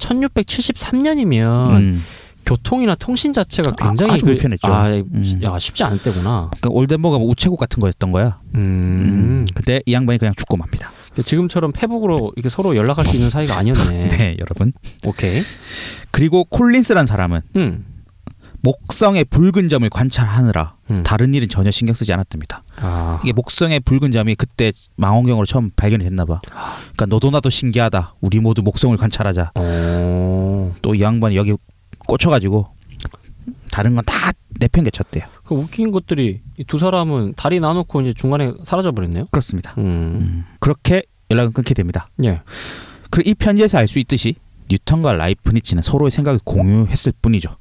1673년이면 음. 교통이나 통신 자체가 아, 굉장히 아주 그- 불편했죠. 아, 음. 야, 쉽지 않을 때구나. 그러니까 올덴버그가 뭐 우체국 같은 거였던 거야. 음. 그때 이 양반이 그냥 죽고 맙니다. 근데 지금처럼 페북으로 이렇게 서로 연락할 수 있는 사이가 아니었네. 네, 여러분. 오케이. 그리고 콜린스란 사람은 음. 목성의 붉은 점을 관찰하느라 음. 다른 일은 전혀 신경 쓰지 않았답니다. 아. 이게 목성의 붉은 점이 그때 망원경으로 처음 발견이 됐나 봐. 그러니까 너도 나도 신기하다. 우리 모두 목성을 관찰하자. 어. 또 이 양반이 여기 꽂혀가지고 다른 건 다 내팽개쳤대요. 그 웃긴 것들이 이두 사람은 다리 나놓고 이제 중간에 사라져 버렸네요. 그렇습니다. 음. 그렇게 연락은 끊게 됩니다. 예. 그리고 이 편지에서 알 수 있듯이 뉴턴과 라이프니츠는 서로의 생각을 공유했을 뿐이죠.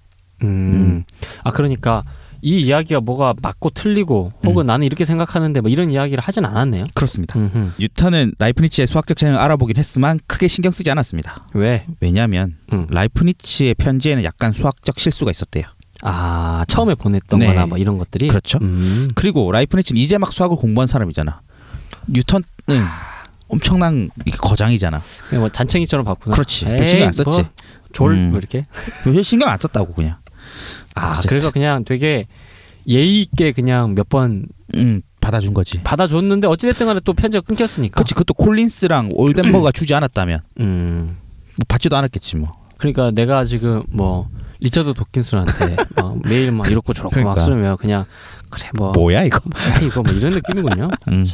음. 아 그러니까 이 이야기가 뭐가 맞고 틀리고 혹은 음. 나는 이렇게 생각하는데 뭐 이런 이야기를 하진 않았네요. 그렇습니다. 음흠. 뉴턴은 라이프니츠의 수학적 재능을 알아보긴 했지만 크게 신경 쓰지 않았습니다. 왜? 왜냐하면 음. 라이프니츠의 편지에는 약간 수학적 실수가 있었대요. 아 처음에 보냈던 네. 거나 뭐 이런 것들이 그렇죠. 음. 그리고 라이프니츠는 이제 막 수학을 공부한 사람이잖아. 뉴턴은 엄청난 이게 거장이잖아. 그냥 뭐 잔챙이처럼 봤구나. 그렇지. 별 에이, 신경 안 썼지. 뭐 졸 음. 뭐 이렇게. 요새 신경 안 썼다고 그냥. 아 어쨌든. 그래서 그냥 되게 예의 있게 그냥 몇 번 음 받아준 그러니까. 거지. 받아줬는데 어찌됐든 간에 또 편지가 끊겼으니까. 그렇지. 그것도 콜린스랑 올덴버가 주지 않았다면 음. 뭐 받지도 않았겠지 뭐. 그러니까 내가 지금 뭐 리처드 도킨스한테 막 매일 막 이렇고 저렇고 막 그러니까. 쓰면 그냥 그래 뭐 뭐야 이거. 아, 이거 뭐 이런 느낌이군요. 음.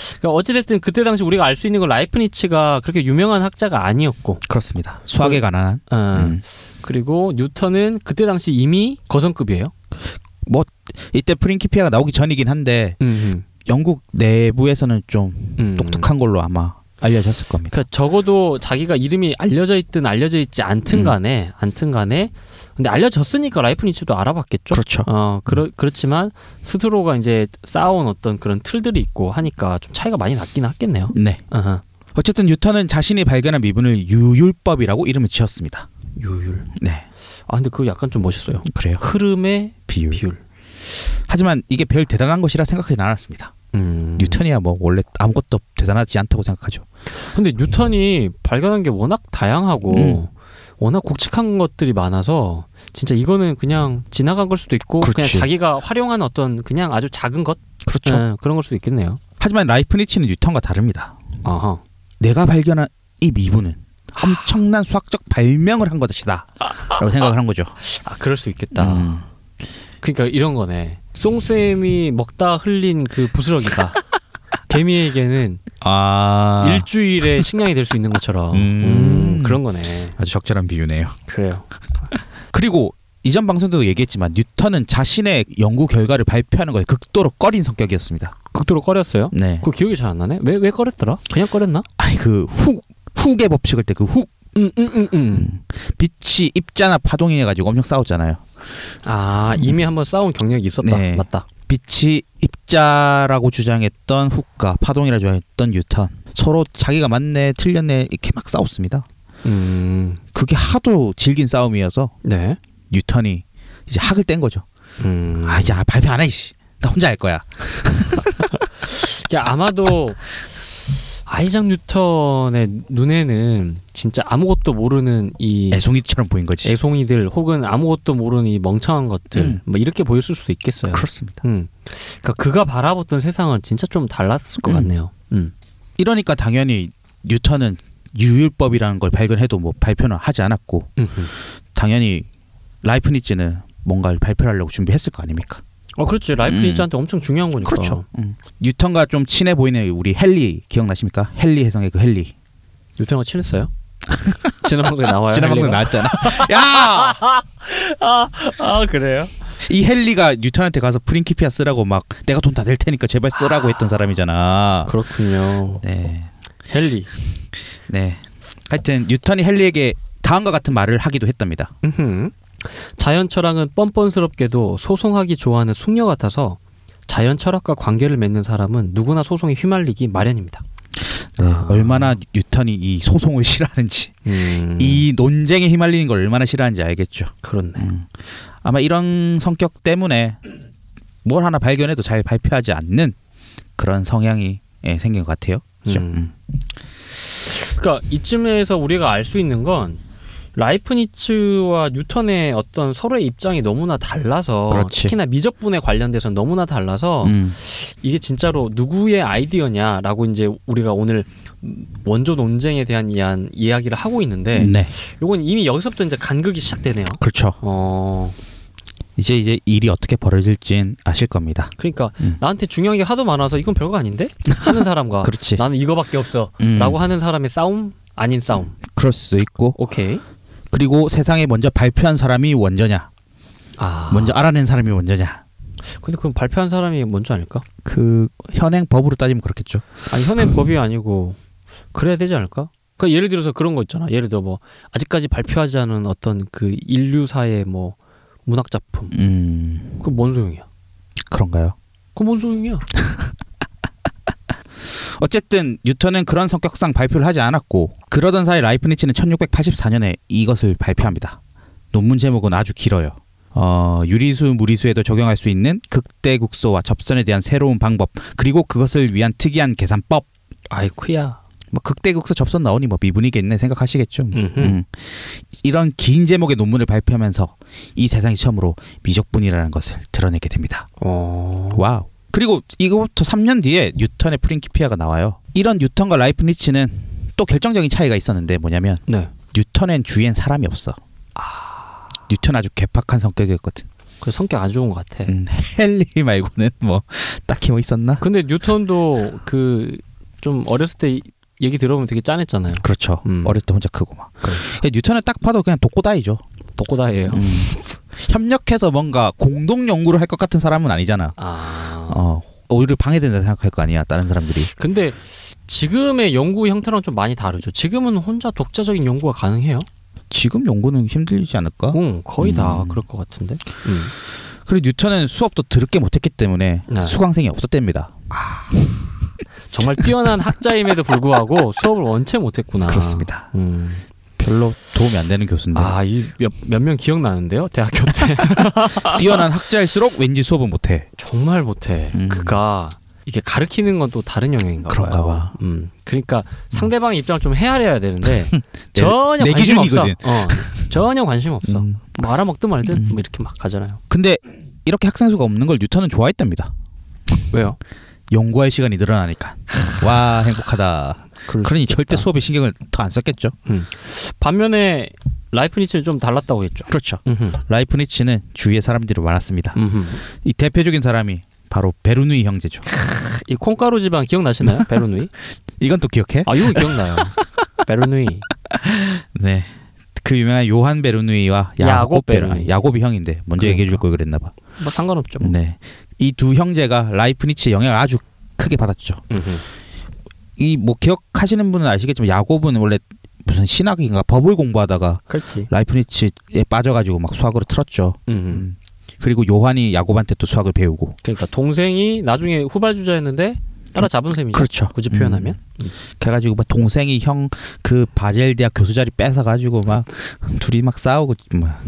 그러니까 어찌됐든 그때 당시 우리가 알 수 있는 건 라이프니츠가 그렇게 유명한 학자가 아니었고, 그렇습니다. 수학에 관한 어, 음. 그리고 뉴턴은 그때 당시 이미 거성급이에요. 이때 프린키피아가 나오기 전이긴 한데 음, 영국 내부에서는 좀 음, 음. 독특한 걸로 아마 알려졌을 겁니다. 그러니까 적어도 자기가 이름이 알려져 있든 알려져 있지 않든 음. 간에, 않든 간에, 근데 알려졌으니까 라이프니츠도 알아봤겠죠. 그렇죠. 어, 그러, 그렇지만 스스로가 이제 쌓아온 어떤 그런 틀들이 있고 하니까 좀 차이가 많이 났긴 했겠네요. 네. 어허. 어쨌든 뉴턴은 자신이 발견한 미분을 유율법이라고 이름을 지었습니다. 유율. 네. 아, 근데 그거 약간 좀 멋있어요. 그래요. 흐름의 비율. 비율. 하지만 이게 별 대단한 것이라 생각하진 않았습니다. 음. 뉴턴이야 뭐 원래 아무것도 뉴턴하지 않다고 생각하죠. 근데 뉴턴이 발견한 게 워낙 다양하고 음. 워낙 곡식한 것들이 많아서 진짜 이거는 그냥 지나간 걸 수도 있고 그냥 그렇지. 자기가 활용한 어떤 그냥 아주 작은 것 그렇죠. 예, 그런 걸 수도 있겠네요. 하지만 라이프니츠는 뉴턴과 다릅니다. 아하. 내가 발견한 이 미분은 엄청난 수학적 발명을 한 것이다라고 생각을 한 거죠. 아 그럴 수 있겠다. 음. 그러니까 이런 거네. 송 쌤이 먹다 흘린 그 부스러기가 개미에게는 아 일주일의 식량이 될 수 있는 것처럼 음. 음, 그런 거네. 아주 적절한 비유네요. 그래요. 그리고 이전 방송도 얘기했지만 뉴턴은 자신의 연구 결과를 발표하는 거에 극도로 꺼린 성격이었습니다. 극도로 꺼렸어요. 네. 그 기억이 잘 안 나네. 왜 왜 꺼렸더라? 그냥 꺼렸나? 아니 그훅 훅의 법칙을 때 그 훅 음 음 음 음. 빛이 입자나 파동이 해가지고 엄청 싸웠잖아요. 아 이미 한번 싸운 경력이 있었다. 네. 맞다. 빛이 입자라고 주장했던 훅과 파동이라 주장했던 뉴턴 서로 자기가 맞네 틀렸네 이렇게 막 싸웠습니다. 음. 그게 하도 질긴 싸움이어서 네. 뉴턴이 이제 학을 뗀 거죠. 음. 아 이제 아, 발표 안 해. 씨. 나 혼자 할 거야. 이게 아마도 아이작 뉴턴의 눈에는 진짜 아무것도 모르는 이 애송이처럼 보인 거지. 예. 애송이들 혹은 아무것도 모르는 이 멍청한 것들 음. 뭐 이렇게 보였을 수도 있겠어요. 그렇습니다. 음. 그러니까 그가 바라봤던 세상은 진짜 좀 달랐을 것 음. 같네요. 음. 이러니까 당연히 뉴턴은 유율법이라는 걸 발견해도 뭐 발표는 하지 않았고 음, 음. 당연히 라이프니츠는 뭔가를 발표하려고 준비했을 거 아닙니까? 어 그렇지 라이프니츠한테 엄청 중요한 거니까. 음. 뉴턴과 좀 친해 보이는 우리 헨리 기억나십니까? 헨리 해성의 그 헨리. 뉴턴과 친했어요? 지난 방송에 나와요. 지난 어, 방송 헨리가? 나왔잖아. 야! 아, 아 그래요? 이 헨리가 뉴턴한테 가서 프린키피아 쓰라고 막 내가 돈 다 낼 테니까 제발 쓰라고 했던 사람이잖아. 그렇군요. 네. 헨리. 네. 하여튼 뉴턴이 헨리에게 다음과 같은 말을 하기도 했답니다. 음흠. 자연 철학은 뻔뻔스럽게도 소송하기 좋아하는 숙녀 같아서 자연 철학과 관계를 맺는 사람은 누구나 소송에 휘말리기 마련입니다. 네. 아. 얼마나 뉴턴이 이 소송을 싫어하는지, 음, 이 논쟁에 휘말리는 걸 얼마나 싫어하는지 알겠죠. 그렇네. 음. 아마 이런 성격 때문에 뭘 하나 발견해도 잘 발표하지 않는 그런 성향이 예, 생긴 것 같아요. 그죠? 음. 그러니까 이쯤에서 우리가 알 수 있는 건 라이프니츠와 뉴턴의 어떤 서로의 입장이 너무나 달라서 그렇지. 특히나 미적분에 관련돼서 는 너무나 달라서 음. 이게 진짜로 누구의 아이디어냐라고 이제 우리가 오늘 원조 논쟁에 대한 이한 이야기를 하고 있는데 네. 요건 이미 여기서부터 이제 간극이 시작되네요. 그렇죠. 어 이제 이제 일이 어떻게 벌어질진 아실 겁니다. 그러니까 음. 나한테 중요한 게 하도 많아서 이건 별거 아닌데 하는 사람과 그렇지. 나는 이거밖에 없어라고 음, 하는 사람의 싸움 아닌 싸움. 그럴 수도 있고 오케이. 그리고 세상에 먼저 발표한 사람이 원조냐, 아 먼저 알아낸 사람이 원조냐. 근데 그럼 발표한 사람이 뭔지 아닐까? 그 현행 법으로 따지면 그렇겠죠. 아니 현행 법이 아니고 그래야 되지 않을까? 그 예를 들어서 그런 거 있잖아. 예를 들어 뭐 아직까지 발표하지 않은 어떤 그 인류사의 뭐 문학 작품. 음 그 뭔 소용이야? 그런가요? 그 뭔 소용이야? 어쨌든 뉴턴은 그런 성격상 발표를 하지 않았고 그러던 사이 라이프니츠는 1684년에 이것을 발표합니다. 논문 제목은 아주 길어요. 어, 유리수 무리수에도 적용할 수 있는 극대국소와 접선에 대한 새로운 방법 그리고 그것을 위한 특이한 계산법 아이쿠야. 뭐 극대국소 접선 나오니 뭐 미분이겠네 생각하시겠죠. 음흠. 음. 이런 긴 제목의 논문을 발표하면서 이 세상이 처음으로 미적분이라는 것을 드러내게 됩니다. 어. 와우. 그리고 이거부터 3년 뒤에 뉴턴의 프린키피아가 나와요. 이런 뉴턴과 라이프니츠는 또 결정적인 차이가 있었는데 뭐냐면 네. 아. 뉴턴엔 주위엔 사람이 없어. 뉴턴 아주 개팍한 성격이었거든. 그 성격 안 좋은 것 같아. 음, 헨리 말고는 뭐 딱히 뭐 있었나? 근데 뉴턴도 그 좀 어렸을 때 이- 얘기 들어보면 되게 짠했잖아요. 그렇죠. 음. 어릴 때 혼자 크고 막. 그러니까. 근데 뉴턴은 딱 봐도 그냥 독고다이죠. 음. 독고다예요. 협력해서 뭔가 공동 연구를 할 것 같은 사람은 아니잖아. 아. 어, 오히려 방해된다 생각할 거 아니야 다른 사람들이 근데 지금의 연구 형태랑 좀 많이 다르죠. 지금은 혼자 독자적인 연구가 가능해요. 지금 연구는 힘들지 않을까? 응, 거의 다 어? 음. 그럴 것 같은데. 음. 그리고 뉴턴은 수업도 드럽게 못했기 때문에 네. 수강생이 없었답니다 정말 뛰어난 학자임에도 불구하고 수업을 원체 못했구나. 그렇습니다 네. 음. 별로 도움이 안 되는 교수인데 아이몇몇 명 기억나는데요 대학교 때 뛰어난 학자일수록 왠지 수업은 못해 정말 못해 음. 그가 이게 가르치는 건 또 다른 영역인가 봐요 그런가 봐. 음 그러니까 상대방의 입장을 좀 헤아려야 되는데 전혀 네. 내 관심 기준이거든. 없어 어, 전혀 관심 없어 음. 뭐 알아먹든 말든 음. 뭐 이렇게 막 가잖아요 근데 이렇게 학생 수가 없는 걸 뉴턴은 좋아했답니다 왜요 연구할 시간이 늘어나니까 와 행복하다 그러니 절대 수업에 신경을 더 안 썼겠죠 그렇죠. 그 반면에 라이프니츠는 좀 달랐다고 했죠 그렇죠 음흠. 라이프니츠는 주위에 사람들이 많았습니다 음흠. 이 대표적인 사람이 바로 베르누이 형제죠 이 콩가루 지방 기억나시나요 베르누이 이건 또 기억해? 아 이거 기억나요 베르누이 네. 그 유명한 요한 베르누이와 야곱 야곱 베르누이. 아, 베르누이. 야곱이 형인데 먼저 그러니까. 얘기해 줄 걸 그랬나 봐. 뭐 상관없죠 뭐. 네. 이 두 형제가 라이프니치 영향을 아주 크게 받았죠. 음흠. 이 뭐 기억하시는 분은 아시겠지만 야곱은 원래 무슨 신학인가 법을 공부하다가 그렇지 라이프니치에 빠져가지고 막 수학으로 틀었죠. 음흠. 음. 그리고 요한이 야곱한테 또 수학을 배우고. 그러니까 동생이 나중에 후발주자였는데 따라잡은 셈이죠. 그렇죠. 굳이 표현하면. 그래가지고 막 동생이 형 그 바젤 대학 교수 자리 뺏어가지고 막 둘이 막 싸우고 막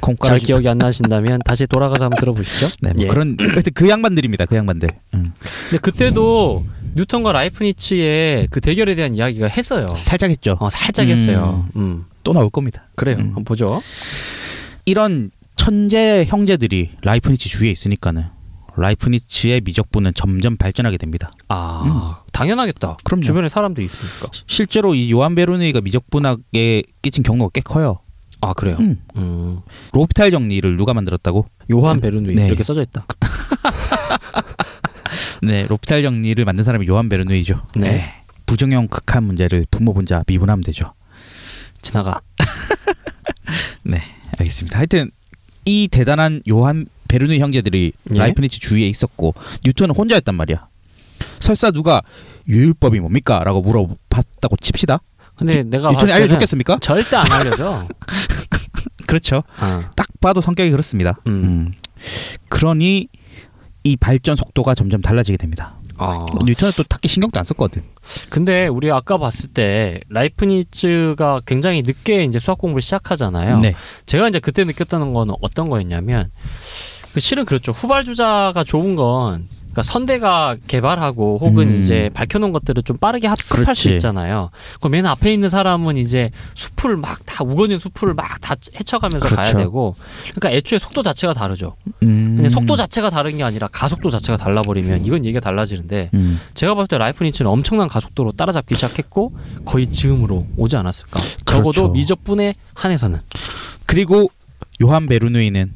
잘 콩가루 기억이 안 나신다면 다시 돌아가서 한번 들어보시죠. 네, 뭐 예. 어. 그런 하여튼 그 양반들입니다. 그 양반들. 음. 근데 그때도 뉴턴과 라이프니츠의 그 대결에 대한 이야기가 했어요. 살짝 했죠. 어, 살짝 음. 했어요. 음. 또 나올 겁니다. 그래요. 음. 한번 보죠. 이런 천재 형제들이 라이프니츠 주위에 있으니까는 라이프니츠의 미적분은 점점 발전하게 됩니다. 아, 당연하겠다. 그럼요. 주변에 사람들이 있으니까. 실제로 이 요한 베르누이가 미적분학에 끼친 경로가 꽤 커요. 아, 그래요. 음. 음. 로피탈 정리를 누가 만들었다고? 요한 베르누이 네. 이렇게 써져 있다. 네, 로피탈 정리를 만든 사람이 요한 베르누이죠. 네. 부정형 극한 문제를 분모 분자 미분하면 되죠. 지나가. 알겠습니다. 하여튼 이 대단한 요한 베르누이 형제들이 예. 라이프니츠 주위에 있었고 뉴턴은 혼자였단 말이야. 설사 누가 유율법이 뭡니까라고 물어봤다고 칩시다. 근데 내가 봤을 뉴턴이 때는 알려줬겠습니까? 절대 안 알려줘. 그렇죠. 아. 딱 봐도 성격이 그렇습니다. 음. 음. 그러니 이 발전 속도가 점점 달라지게 됩니다. 아. 뉴턴은 또 딱히 신경도 안 썼거든. 근데 우리 아까 봤을 때 라이프니츠가 굉장히 늦게 이제 수학 공부를 시작하잖아요. 네. 제가 이제 그때 느꼈다는 건 어떤 거였냐면 그 실은 그렇죠. 후발주자가 좋은 건 그러니까 선대가 개발하고 혹은 음. 이제 밝혀놓은 것들을 좀 빠르게 합습할 수 그렇지. 있잖아요. 그럼 맨 앞에 있는 사람은 이제 수풀 막 다 우거진 수풀을 막 다 헤쳐가면서 그렇죠. 가야 되고, 그러니까 애초에 속도 자체가 다르죠. 음. 근데 속도 자체가 다른 게 아니라 가속도 자체가 달라버리면 이건 얘기가 달라지는데 음. 제가 봤을 때 라이프니츠는 엄청난 가속도로 따라잡기 시작했고 거의 즈음으로 오지 않았을까. 적어도 그렇죠. 미적분에 한해서는. 그리고 요한 베르누이는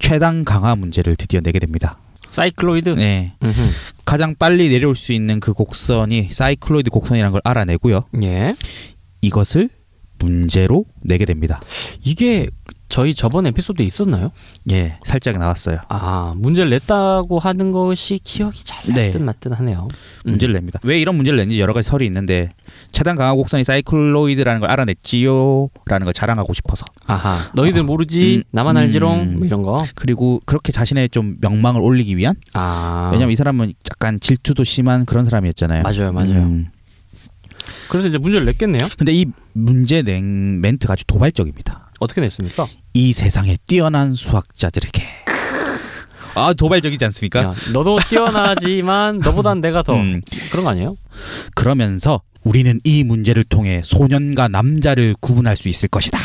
최단 강화 문제를 드디어 내게 됩니다. 사이클로이드. 네. 음흠. 가장 빨리 내려올 수 있는 그 곡선이 사이클로이드 곡선이라는 걸 알아내고요. 예. 이것을 문제로 내게 됩니다. 이게 저희 저번 에피소드에 있었나요? 예, 살짝 나왔어요. 아 문제를 냈다고 하는 것이 기억이 잘 네. 맞든 맞든 하네요. 음. 문제를 냅니다. 왜 이런 문제를 냈는지 여러 가지 설이 있는데 차단 강화 곡선이 사이클로이드라는 걸 알아냈지요라는 걸 자랑하고 싶어서 아하 너희들 아. 모르지 음, 나만 음. 알지롱 뭐 이런 거. 그리고 그렇게 자신의 좀 명망을 올리기 위한 아 왜냐면 이 사람은 약간 질투도 심한 그런 사람이었잖아요. 맞아요 맞아요. 음. 그래서 이제 문제를 냈겠네요. 근데 이 문제 낸 멘트가 아주 도발적입니다. 어떻게 냈습니까? 이 세상의 뛰어난 수학자들에게 아 도발적이지 않습니까? 야, 너도 뛰어나지만 너보단 내가 더 음, 그런 거 아니에요? 그러면서 우리는 이 문제를 통해 소년과 남자를 구분할 수 있을 것이다.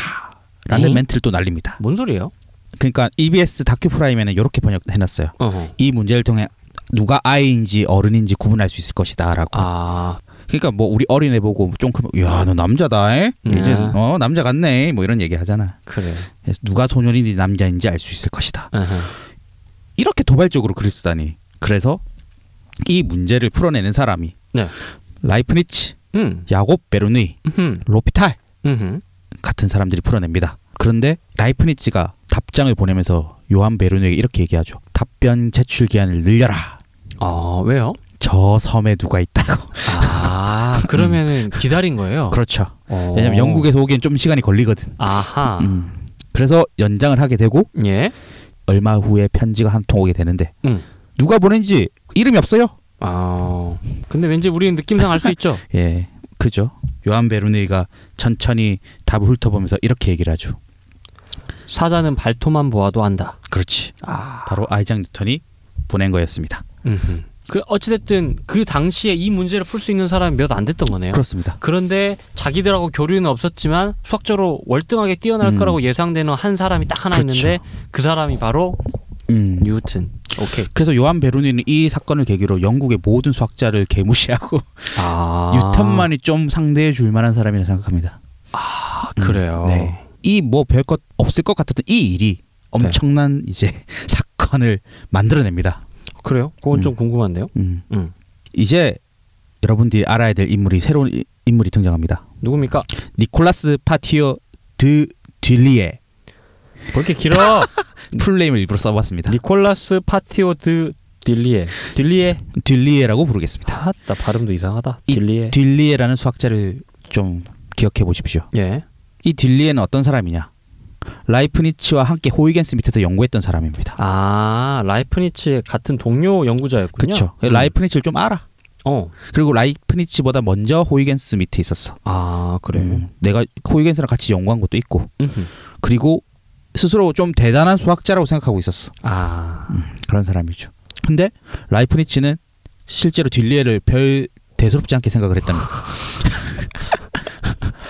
라는 네? 멘트를 또 날립니다. 뭔 소리예요? 그러니까 EBS 다큐프라임에는 이렇게 번역해놨어요. 어허. 이 문제를 통해 누가 아이인지 어른인지 구분할 수 있을 것이다라고. 아 그러니까 뭐 우리 어린애 보고 좀 크면 야너 남자다. 에? 음. 이제 어 남자 같네. 뭐 이런 얘기 하잖아. 그래. 그래서 누가 소년인지 남자인지 알 수 있을 것이다. 어허. 이렇게 도발적으로 글을 쓰다니. 그래서 이 문제를 풀어내는 사람이 네. 라이프니츠, 음. 야곱 베르누이, 음. 로피탈 음. 같은 사람들이 풀어냅니다. 그런데 라이프니츠가 답장을 보내면서 요한 베르누에게 이렇게 얘기하죠. 답변 제출 기한을 늘려라. 아 왜요? 저 섬에 누가 있다고. 아 그러면은 기다린 거예요. 그렇죠. 어. 왜냐면 영국에서 오기엔 좀 시간이 걸리거든. 아하 음. 그래서 연장을 하게 되고 예. 얼마 후에 편지가 한 통 오게 되는데 음. 누가 보낸지 이름이 없어요. 아 근데 왠지 우리는 느낌상 알 수 있죠. 예, 그죠. 요한 베르누이가 천천히 답을 훑어보면서 이렇게 얘기를 하죠. 사자는 발톱만 보아도 안다. 그렇지. 아. 바로 아이작 뉴턴이 보낸 거였습니다. 음흠. 그 어찌됐든 그 당시에 이 문제를 풀 수 있는 사람이 몇 안 됐던 거네요. 그렇습니다. 그런데 자기들하고 교류는 없었지만 수학적으로 월등하게 뛰어날 음. 거라고 예상되는 한 사람이 딱 하나 그렇죠. 있는데 그 사람이 바로 음. 뉴튼. 오케이. 그래서 요한 베르누이는 이 사건을 계기로 영국의 모든 수학자를 개무시하고 아. 뉴턴만이 좀 상대해 줄 만한 사람이라 생각합니다. 아, 그래요. 음, 네. 이 뭐 별 것 없을 것 같았던 이 일이 엄청난 이제 사건을 만들어냅니다. 그래요? 그건 좀 음. 궁금한데요. 음. 음. 이제 여러분들이 알아야 될 인물이 새로운 이- 인물이 등장합니다. 누굽니까? 니콜라스 파티어 드 딜리에 뭐 이렇게 길어? 풀네임을 일부러 써봤습니다. 니콜라스 파티오드 딜리에. 딜리에. 딜리에라고 부르겠습니다. 다다 발음도 이상하다. 이- 딜리에. 딜리에라는 수학자를 좀 기억해 보십시오. 예. 이 딜리에는 어떤 사람이냐? 라이프니츠와 함께 호이겐스 밑에서 연구했던 사람입니다. 아, 라이프니츠의 같은 동료 연구자였군요. 그렇죠. 음. 라이프니츠를 좀 알아. 어. 그리고 라이프니츠보다 먼저 호이겐스 밑에 있었어. 아, 그래. 요 음, 내가 호이겐스랑 같이 연구한 것도 있고, 음. 그리고 스스로 좀 대단한 수학자라고 생각하고 있었어. 아. 그런 사람이죠. 근데 라이프니츠는 실제로 딜리에를 별 대수롭지 않게 생각을 했답니다.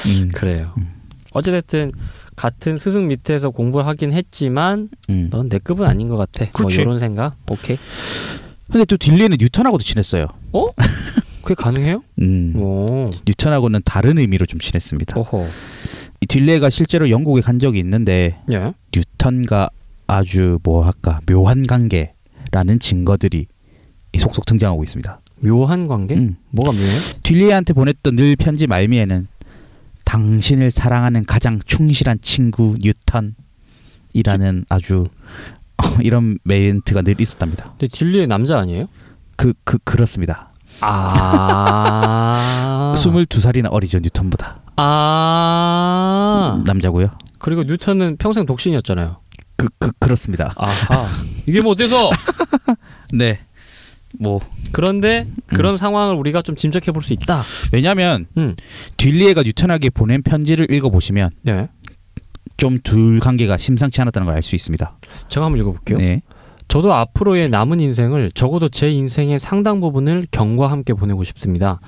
음, 그래요. 어찌됐든 같은 스승 밑에서 공부를 하긴 했지만 음. 넌 내 급은 아닌 것 같아. 그렇지. 뭐 이런 생각. 오케이. 근데 또 딜리에는 뉴턴하고도 친했어요. 그게 가능해요? 음, 오. 뉴턴하고는 다른 의미로 좀 친했습니다. 오호. 이 딜레가 실제로 영국에 간 적이 있는데 예. 뉴턴과 아주 뭐 할까 묘한 관계라는 증거들이 이 속속 등장하고 있습니다. 묘한 관계? 음. 뭐가 묘해요? 딜레한테 보냈던 늘 편지 말미에는 당신을 사랑하는 가장 충실한 친구 뉴턴이라는 아주 어, 이런 멘트가 늘 있었답니다. 근데 딜리의 남자 아니에요? 그 그 그렇습니다. 아. 22살이나 어리죠 뉴턴보다 아. 남자고요. 그리고 뉴턴은 평생 독신이었잖아요. 그 그 그렇습니다. 아하. 이게 뭐 어때서? 아. 네. 뭐 그런데 그런 상황을 우리가 좀 짐작해 볼 수 있다. 왜냐면 음. 딜리에가 뉴턴에게 보낸 편지를 읽어보시면 예. 좀 둘 관계가 심상치 않았다는 걸 알 수 있습니다. 제가 한번 읽어볼게요. 네. 저도 앞으로의 남은 인생을 적어도 제 인생의 상당 부분을 경과 함께 보내고 싶습니다.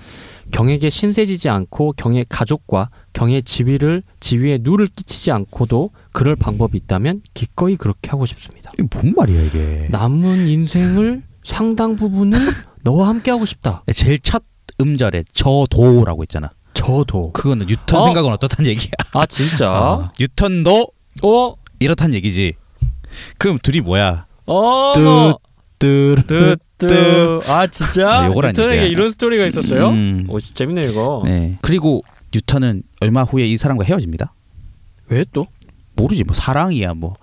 경에게 신세지지 않고 경의 가족과 경의 지위를 지위에 누를 끼치지 않고도 그럴 방법이 있다면 기꺼이 그렇게 하고 싶습니다. 이게 뭔 말이야 이게? 남은 인생을 상당 부분을 너와 함께 하고 싶다. 제일 첫 음절에 저도라고 있잖아. 저도. 그거는 뉴턴 어? 생각은 어떻단 얘기야? 아 진짜. 아, 뉴턴도 어? 이렇단 얘기지. 그럼 둘이 뭐야? 어? 뚜뚜 뜨. 아 진짜? 네, 요거란 뉴턴에게 얘기야. 이런 스토리가 있었어요? 음. 오 재밌네 이거. 네. 그리고 뉴턴은 얼마 후에 이 사람과 헤어집니다. 왜 또? 모르지 뭐 사랑이야 뭐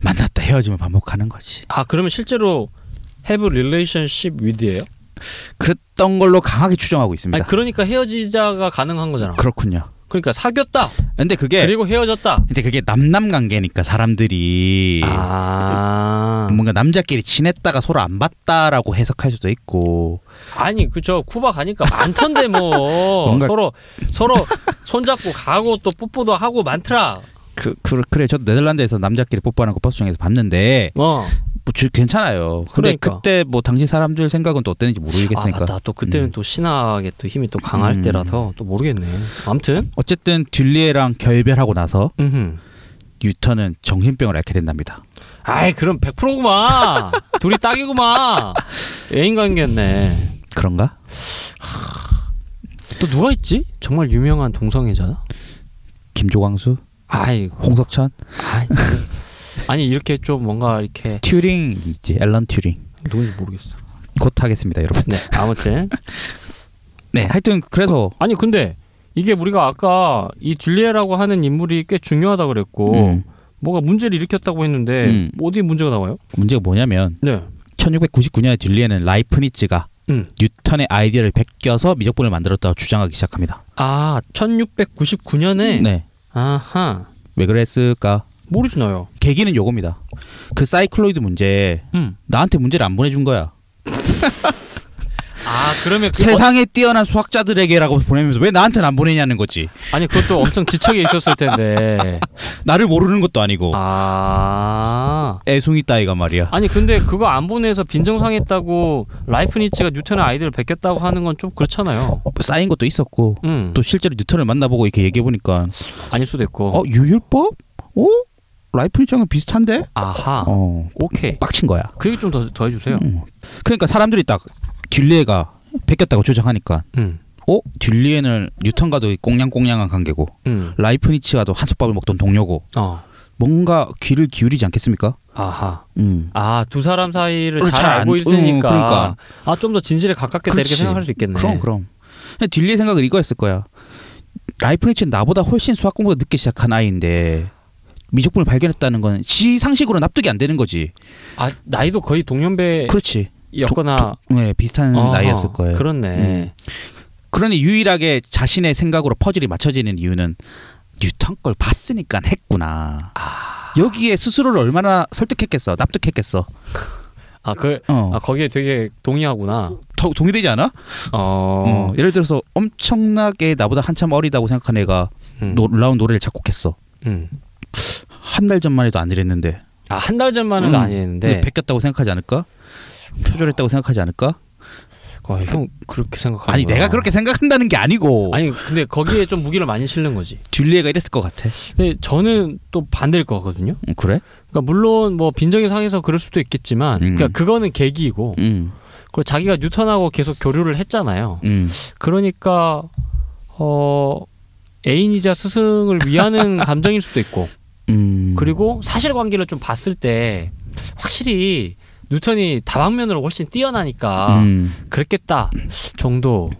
만났다 헤어지면 반복하는 거지. 아 그러면 실제로 have a relationship with예요? 그랬던 걸로 강하게 추정하고 있습니다. 아니 그러니까 헤어지자가 가능한 거잖아. 그렇군요. 그러니까 사귀었다. 근데 그게 그리고 헤어졌다. 근데 그게 남남 관계니까 사람들이 아 뭔가 남자끼리 친했다가 서로 안 봤다라고 해석할 수도 있고 아니 그저 쿠바 가니까 많던데 뭐 뭔가- 서로 서로 손잡고 가고 또 뽀뽀도 하고 많더라. 그, 그 그래 저도 네덜란드에서 남자끼리 뽀뽀하는 거 버스 정에서 봤는데 어. 뭐 주- 괜찮아요. 근데 그러니까. 그때뭐 당시 사람들 생각은 또 어땠는지 모르겠으니까 아 맞다. 또 그때는 음. 또 신학의 또 힘이 또 강할 음. 때라서 또 모르겠네. 아무튼. 어쨌든 듈리에랑 결별하고 나서 음흠. 유턴은 정신병을 앓게 된답니다. 아이 그럼 100%구만. 둘이 딱이구만. 애인 관계였네. 그런가? 또 누가 있지? 정말 유명한 동성애자. 김조광수, 아이고. 홍석천, 아이, 그- 아니 이렇게 좀 뭔가 이렇게 튜링 있지, 앨런 튜링. 누군지 모르겠어. 곧 하겠습니다, 여러분. 네 아무튼 네, 하여튼 그래서 아니 근데 이게 우리가 아까 이 딜리에라고 하는 인물이 꽤 중요하다 그랬고 음, 뭐가 문제를 일으켰다고 했는데 음. 어디 문제가 나와요? 문제가 뭐냐면 네. 1699년에 딜리에는 라이프니츠가 음. 뉴턴의 아이디어를 베껴서 미적분을 만들었다고 주장하기 시작합니다. 아 1699년에 네. 아하 왜 그랬을까? 모르지 나요. 계기는 요겁니다. 그 사이클로이드 문제 음. 나한테 문제를 안 보내준 거야. 아 그러면 그 세상에 뛰어난 수학자들에게라고 보내면서 왜 나한테는 안 보내냐는 거지. 어, 아니 그것도 엄청 지척에 있었을 텐데. 나를 모르는 것도 아니고 아 애송이 따위가 말이야. 아니 근데 그거 안 보내서 빈정상했다고 라이프니츠가 뉴턴의 아이디어를 베꼈다고 하는 건 좀 그렇잖아요. 쌓인 것도 있었고 음. 또 실제로 뉴턴을 만나보고 이렇게 얘기해 보니까 아닐 수도 있고. 어 유율법? 어? 라이프니츠랑 비슷한데? 아하. 어 오케이. 빡친 거야. 그 얘기 좀 더 더 해주세요. 음. 그러니까 사람들이 딱 딜레가 베꼈다고 주장하니까 음. 어 딜레는 뉴턴과도 꽁냥꽁냥한 관계고 음. 라이프니츠와도 한솥밥을 먹던 동료고 어. 뭔가 귀를 기울이지 않겠습니까? 아하. 음. 아 두 사람 사이를 그걸 잘, 잘 안- 알고 있으니까. 음, 그러니까. 아 좀 더 진실에 가깝겠다 그렇지. 이렇게 생각할 수 있겠네. 그럼 그럼 딜리의 생각은 이거였을 거야 라이프니츠는 나보다 훨씬 수학 공부도 늦게 시작한 아이인데 미적분을 발견했다는 건 지 상식으로 납득이 안 되는 거지 아 나이도 거의 예. 동년배였거나 그렇지 도- 네, 비슷한 어허, 그렇죠. 나이였을 거예요 음. 그렇네. 그러니 유일하게 자신의 생각으로 퍼즐이 맞춰지는 이유는 뉴턴 걸 봤으니까 했구나 여기에 스스로를 얼마나 설득했겠어 납득했겠어 아그 어. 아, 거기에 되게 동의하구나. 더- 동의되지 않아? 어. 어, 예를 들어서 엄청나게 나보다 한참 어리다고 생각한 애가 음. 놀라운 노래를 작곡했어 음. 한 달 전만 해도 안 이랬는데 아 한 달 전만은 음. 아니었는데. 근데 베꼈다고 생각하지 않을까? 표절했다고 생각하지 않을까? 아, 형 그렇게 생각하는 아니 거야. 내가 그렇게 뭐. 생각한다는 게 뭐. 아니고 아니 근데 거기에 좀 무기를 많이 실는 거지. 듀리에가 이랬을 것 같아. 근데 저는 또 반대일 거거든요. 음, 그래? 그러니까 물론 뭐 빈정이 상해서 그럴 수도 있겠지만, 음. 그러니까 그거는 계기이고, 음, 그리고 자기가 뉴턴하고 계속 교류를 했잖아요. 음. 그러니까 어 애인이자 스승을 위하는 감정일 수도 있고, 음. 그리고 사실관계를 좀 봤을 때 확실히 뉴턴이 다방면으로 훨씬 뛰어나니까 음. 그랬겠다 정도지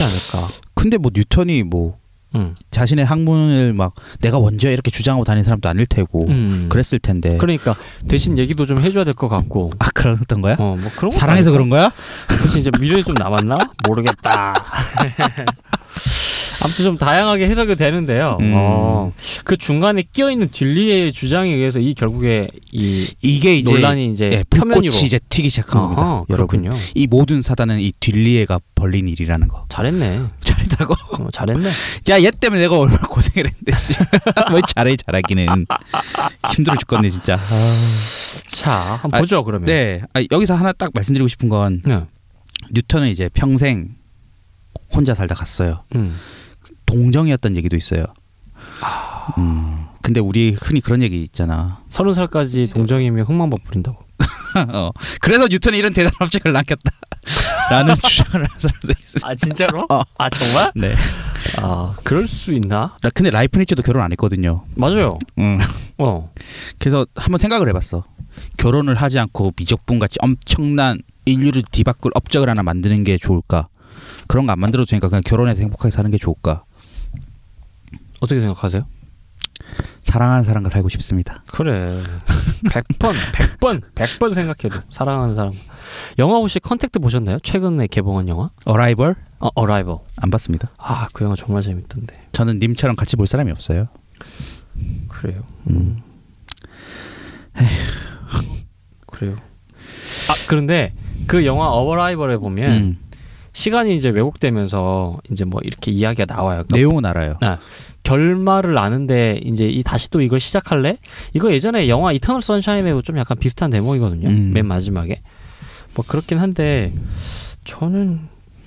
않을까. 근데 뭐 뉴턴이 뭐 음. 자신의 학문을 막 내가 원조야 이렇게 주장하고 다니는 사람도 아닐 테고 음. 그랬을 텐데. 그러니까 대신 얘기도 좀 해줘야 될 것 같고 아 그랬던 거야? 어 뭐 그런 거 사랑해서 그런 거야? 그래서 이제 미련이 좀 남았나 모르겠다 아무튼 좀 다양하게 해석이 되는데요 음. 어, 그 중간에 끼어 있는 딜리의 주장에 의해서 이 결국에 이 이게 이제 논란이 이제 예, 표면으로 불꽃이 이제 튀기 시작한 겁니다. 어허, 여러분. 그렇군요 이 모든 사단은 이 딜리에가 벌린 일이라는 거. 잘했네 잘했다고. 어, 잘했네 야, 얘 때문에 내가 얼마나 고생을 했는데, 씨. 왜 잘해, 잘하기는. 힘들어 죽겠네, 진짜. 자 한번 아, 보죠 그러면 네, 아, 여기서 하나 딱 말씀드리고 싶은 건, 네. 뉴턴은 이제 평생 혼자 살다 갔어요. 음. 동정이었다는 얘기도 있어요. 음, 근데 우리 흔히 그런 얘기 있잖아. 서른 살까지 동정이면 흥망법 부린다고 어, 그래서 뉴턴이 이런 대단한 업적을 남겼다. 라는 주장을 하는 사람도 있어요. 아 진짜로 어. 아 정말 네. 아 그럴 수 있나 나- 근데 라이프니츠도 결혼 안 했거든요. 맞아요 음. 어 그래서 한번 생각을 해봤어. 결혼을 하지 않고 미적분같이 엄청난 인류를 뒤바꿀 업적을 하나 만드는 게 좋을까? 그런 거 안 만들어도 되니까 그냥 결혼해서 행복하게 사는 게 좋을까? 어떻게 생각하세요 사랑하는 사람과 살고 싶습니다. 그래. 100번, 100번, 100번 생각해도 사랑하는 사람. 영화 혹시 컨택트 보셨나요? 최근에 개봉한 영화? 어라이벌 어, 어라이버. 안 봤습니다. 아, 그 영화 정말 재밌던데. 저는 님처럼 같이 볼 사람이 없어요. 그래요. 음. 그래요. 아, 그런데 그 영화 어라이벌에 보면 음. 시간이 이제 왜곡되면서 이제 뭐 이렇게 이야기가 나와요. 그러니까 내용은 알아요. 결말을 아는데 이제 이 다시 또 이걸 시작할래? 이거 예전에 영화 이터널 선샤인에도 좀 약간 비슷한 대목이거든요. 음. 맨 마지막에. 뭐 그렇긴 한데 저는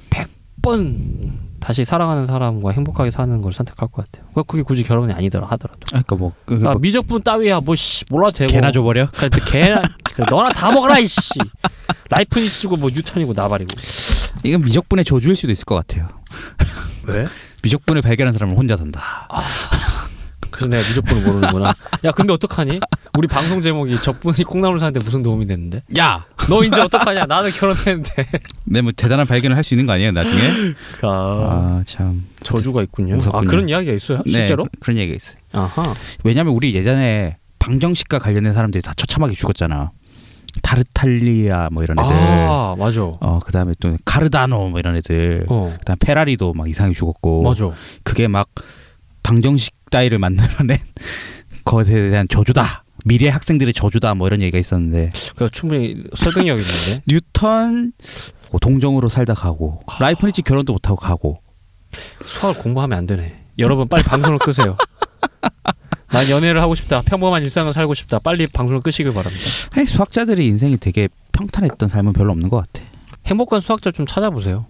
100번 다시 사랑하는 사람과 행복하게 사는 걸 선택할 것 같아요. 그러니까 그게 굳이 결혼이 아니더라 하더라도. 아, 그러니까 뭐, 그, 아, 뭐 미적분 따위야 뭐 씨 몰라도 되고. 개나 줘버려. 그러니까 개나 그래, 너나 다 먹어라 이씨. 라이프 니스고 뭐 뉴턴이고 나발이고. 이건 미적분의 저주일 수도 있을 것 같아요. 왜? 미적분을 발견한 사람은 혼자 산다. 그래서 내가 미적분을 모르는구나. 야, 근데 어떡하니? 우리 방송 제목이 적분이 콩나물 사는데 무슨 도움이 됐는데? 야, 너 이제 어떡하냐? 나는 결혼했는데. 네, 뭐 대단한 발견을 할 수 있는 거 아니에요 나중에? 아, 아, 참. 저주가 있군요. 아, 무섭군요. 그런 이야기가 있어요? 실제로? 네, 그- 그런 얘기가 있어요. 아하. 왜냐면 우리 예전에 방정식과 관련된 사람들이 다 처참하게 죽었잖아. 타르탈리아 뭐 이런 애들. 아, 맞아. 어, 어, 그다음에 또 카르다노 뭐 이런 애들. 그다음 페라리도 막 이상하게 죽었고. 맞아. 그게 막 방정식 따위를 만들어낸 것에 대한 저주다. 미래 학생들의 저주다 뭐 이런 얘기가 있었는데 그거 그러니까 충분히 설득력 있는데. 뉴턴 뭐 동정으로 살다 가고 아. 라이프니치 결혼도 못하고 가고 수학을 공부하면 안 되네. 여러분, 빨리 방송을 끄세요. 난 연애를 하고 싶다. 평범한 일상을 살고 싶다. 빨리 방송을 끄시길 바랍니다. 아니, 수학자들의 인생이 되게 평탄했던 삶은 별로 없는 것 같아. 행복한 수학자 좀 찾아보세요.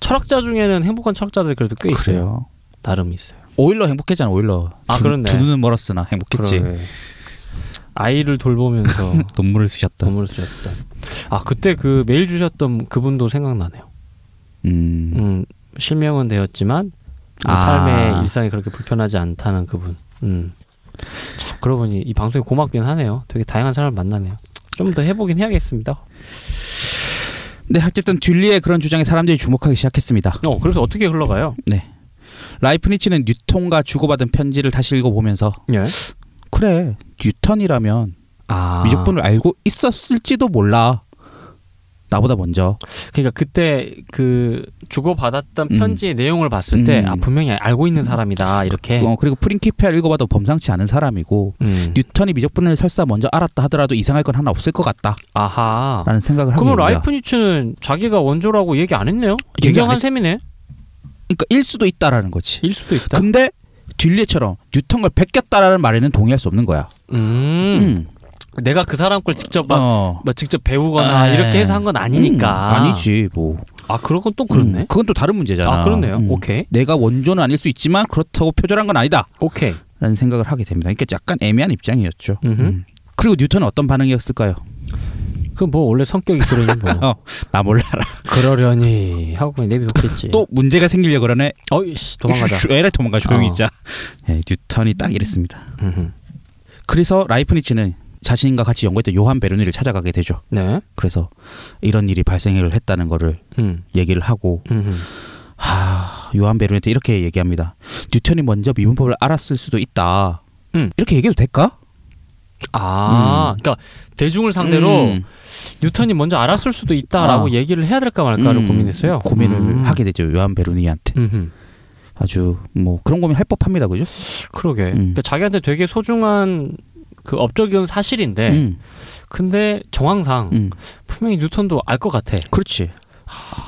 철학자 중에는 행복한 철학자들이 그래도 꽤 있어요. 그래요. 나름 있어요. 오일러 행복했잖아 오일러. 아, 두, 그렇네. 두 눈은 멀었으나 행복했지. 그러게. 아이를 돌보면서 눈물을 쓰셨다. 돈을 쓰셨다. 아 그때 그 메일 주셨던 그분도 생각나네요. 음. 음 실명은 되었지만 이 아. 삶의 일상이 그렇게 불편하지 않다는 그분. 음참 그러고 보니 이 방송이 고맙긴 하네요. 되게 다양한 사람을 만나네요. 좀 더 해보긴 해야겠습니다. 네, 어쨌든 듀리의 그런 주장에 사람들이 주목하기 시작했습니다. 어 그래서 어떻게 흘러가요? 라이프니치는 뉴턴과 주고받은 편지를 다시 읽어보면서 예. 그래 뉴턴이라면 아 미적분을 알고 있었을지도 몰라. 나보다 먼저. 그러니까 그때 그 주고 받았던 음. 편지의 내용을 봤을 때 음. 아, 분명히 알고 있는 사람이다 이렇게. 어, 그리고 프린키피아를 읽어봐도 범상치 않은 사람이고 음. 뉴턴이 미적분을 설사 먼저 알았다 하더라도 이상할 건 하나 없을 것 같다라는 아하. 생각을 하게 그럼 됩니다. 라이프니츠는 자기가 원조라고 얘기 안 했네요? 얘기 안 인정한 했- 셈이네. 그러니까 일 수도 있다라는 거지. 일 수도 있다. 근데 딜리처럼 뉴턴을 베꼈다라는 말에는 동의할 수 없는 거야. 음. 음. 내가 그 사람 걸 직접 막, 어. 막 직접 배우거나 에. 이렇게 해서 한 건 아니니까. 음, 아니지 뭐. 아 그런 건 또 그렇네. 음, 그건 또 다른 문제잖아. 아 그렇네요. 음. 오케이. 내가 원조는 아닐 수 있지만 그렇다고 표절한 건 아니다. 오케이. 라는 생각을 하게 됩니다. 그러니까 약간 애매한 입장이었죠. 음흠. 음. 그리고 뉴턴은 어떤 반응이었을까요? 그 뭐 원래 성격이 그러니 뭐. 예. 어. 나 몰라라. 그러려니 하고 그냥 내비뒀겠지. 또 문제가 생기려 그러네. 어이씨 도망가자. 에라 도망가 조용히 어. 있자. 예, 뉴턴이 딱 이랬습니다. 음흠. 그래서 라이프니츠는 자신과 같이 연구했던 요한 베르니를 찾아가게 되죠. 네. 그래서 이런 일이 발생을 했다는 거를 음. 얘기를 하고 음. 하, 요한 베르니한테 이렇게 얘기합니다. 뉴턴이 먼저 미분법을 알았을 수도 있다. 음. 이렇게 얘기해도 될까? 아, 그러니까 대중을 상대로 음. 뉴턴이 먼저 알았을 수도 있다라고 아. 얘기를 해야 될까 말까를 음, 고민했어요. 고민을 음. 하게 되죠. 요한 베르니한테 음흠. 아주 뭐 그런 거면 할 법합니다, 그죠? 그러게. 음. 그러니까 자기한테 되게 소중한 그 업적이건 사실인데, 음, 근데 정황상 음. 분명히 뉴턴도 알 것 같아. 그렇지.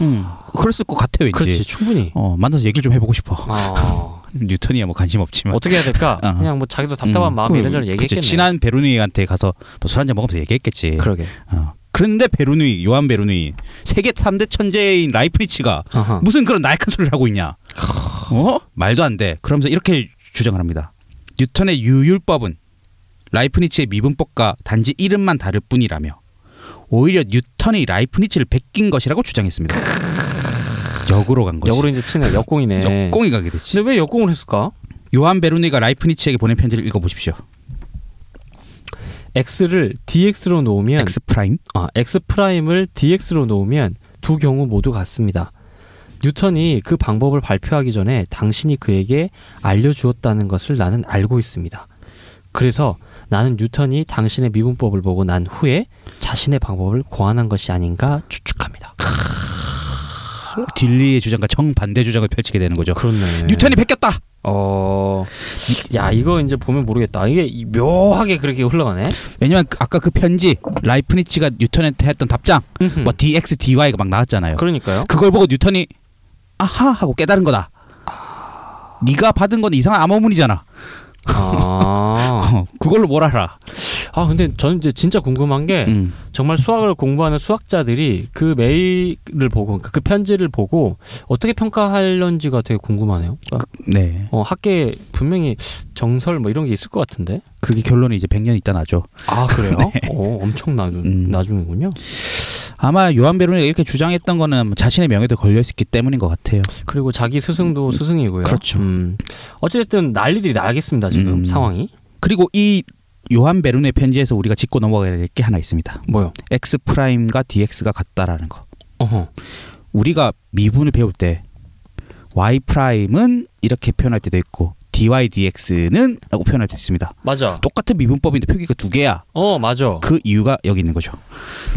음, 그랬을 것 같아 왠지. 그렇지, 충분히. 어 만나서 얘기를 좀 해보고 싶어. 어. 뉴턴이야 뭐 관심 없지만. 어떻게 해야 될까? 어. 그냥 뭐 자기도 답답한 음, 마음에 그, 이런저런 그치. 얘기했겠네. 예. 친한 베르니한테 가서 뭐 술 한잔 먹으면서 얘기했겠지. 그러게. 어. 그런데 베르니, 요한 베르니, 세계 3대 천재인 라이프니치가 아하. 무슨 그런 나약한 소리를 하고 있냐? 어? 말도 안 돼. 그러면서 이렇게 주장을 합니다. 뉴턴의 유율법은 라이프니치의 미분법과 단지 이름만 다를 뿐이라며 오히려 뉴턴이 라이프니치를 베낀 것이라고 주장했습니다. 역으로 간 거지. 역으로 이제 친해. 역공이네. 역공이 가게 됐지. 근데 왜 역공을 했을까? 요한 베르니가 라이프니치에게 보낸 편지를 읽어보십시오. x를 dx로 놓으면 X 프라임. 아, x 프라임을 dx로 놓으면 두 경우 모두 같습니다. 뉴턴이 그 방법을 발표하기 전에 당신이 그에게 알려주었다는 것을 나는 알고 있습니다. 그래서 나는 뉴턴이 당신의 미분법을 보고 난 후에 자신의 방법을 고안한 것이 아닌가 추측합니다. 딜리의 주장과 정반대 주장을 펼치게 되는 거죠. 아, 그렇네. 뉴턴이 베꼈다. 어, 야 이거 이제 보면 모르겠다. 이게 이- 묘하게 그렇게 흘러가네. 왜냐면 그- 아까 그 편지 라이프니츠가 뉴턴한테 했던 답장 뭐 dx dy가 막 나왔잖아요. 그러니까요. 그걸 보고 뉴턴이 아하 하고 깨달은 거다. 네가 받은 건 이상한 암호문이잖아. 아, 어, 그걸로 뭘 알아? 아 근데 저는 이제 진짜 궁금한 게 음. 정말 수학을 공부하는 수학자들이 그 메일을 보고 그러니까 그 편지를 보고 어떻게 평가하려는지가 되게 궁금하네요. 그러니까 네, 어, 학계에 분명히 정설 뭐 이런 게 있을 것 같은데. 그게 결론이 이제 100년 있다 나죠. 아 그래요? 어, 엄청 나, 음. 나중이군요. 아마 요한 베르니가 이렇게 주장했던 거는 자신의 명예도 걸려 있었기 때문인 것 같아요. 그리고 자기 스승도 스승이고요. 그렇죠. 음. 어쨌든 난리들이 나겠습니다 지금 음. 상황이. 그리고 이 요한 베르니의 편지에서 우리가 짚고 넘어가야 될 게 하나 있습니다. 뭐요? x 프라임과 dx가 같다라는 거. 어허. 우리가 미분을 배울 때 y 프라임은 이렇게 표현할 때도 있고 dy dx는 라고 표현할 때도 있습니다. 맞아. 똑같은 미분법인데 표기가 두 개야. 어 맞아. 그 이유가 여기 있는 거죠.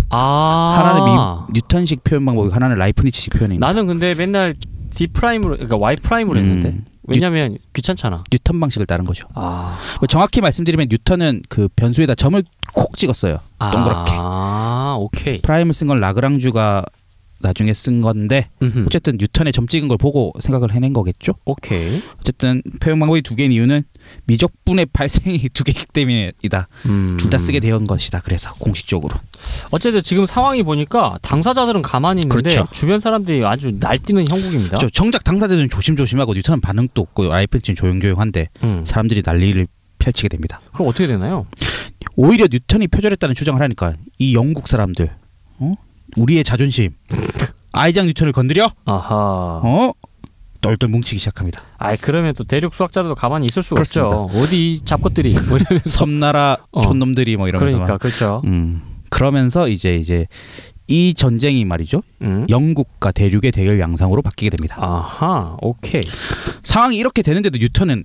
아 하나는 미, 뉴턴식 표현 방법이고 하나는 라이프니츠식 표현입니다. 나는 근데 맨날 D 프라임으로 그러니까 Y 음. 프라임으로 했는데 왜냐면 귀찮잖아. 뉴턴 방식을 따른 거죠. 아. 뭐 정확히 말씀드리면 뉴턴은 그 변수에다 점을 콕 찍었어요. 동그랗게. 아 오케이. 프라임을 쓴 건 라그랑주가 나중에 쓴 건데 음흠. 어쨌든 뉴턴의 점 찍은 걸 보고 생각을 해낸 거겠죠. 오케이. 어쨌든 표현 방법이 두 개인 이유는 미적분의 발생이 두 개이기 때문이다. 음. 둘 다 쓰게 된 것이다. 그래서 공식적으로. 어쨌든 지금 상황이 보니까 당사자들은 가만히 있는데 그렇죠. 주변 사람들이 아주 날뛰는 형국입니다. 저 정작 당사자들은 조심조심하고 뉴턴은 반응도 없고 라이프니츠는 조용조용한데 음. 사람들이 난리를 펼치게 됩니다. 그럼 어떻게 되나요? 오히려 뉴턴이 표절했다는 주장을 하니까 이 영국 사람들, 어? 우리의 자존심, 아이작 뉴턴을 건드려, 아하. 어? 똘똘 뭉치기 시작합니다. 아이 그러면 또 대륙 수학자들도 가만히 있을 수가 그렇습니다. 없죠. 어디 이 잡것들이 뭐 이러면서. 섬나라 어. 촌놈들이 뭐 이러면서 그러니까 그렇죠. 막, 음, 그러면서 이제 이제 이 전쟁이 말이죠 음. 영국과 대륙의 대결 양상으로 바뀌게 됩니다. 아하. 오케이. 상황이 이렇게 되는데도 뉴턴은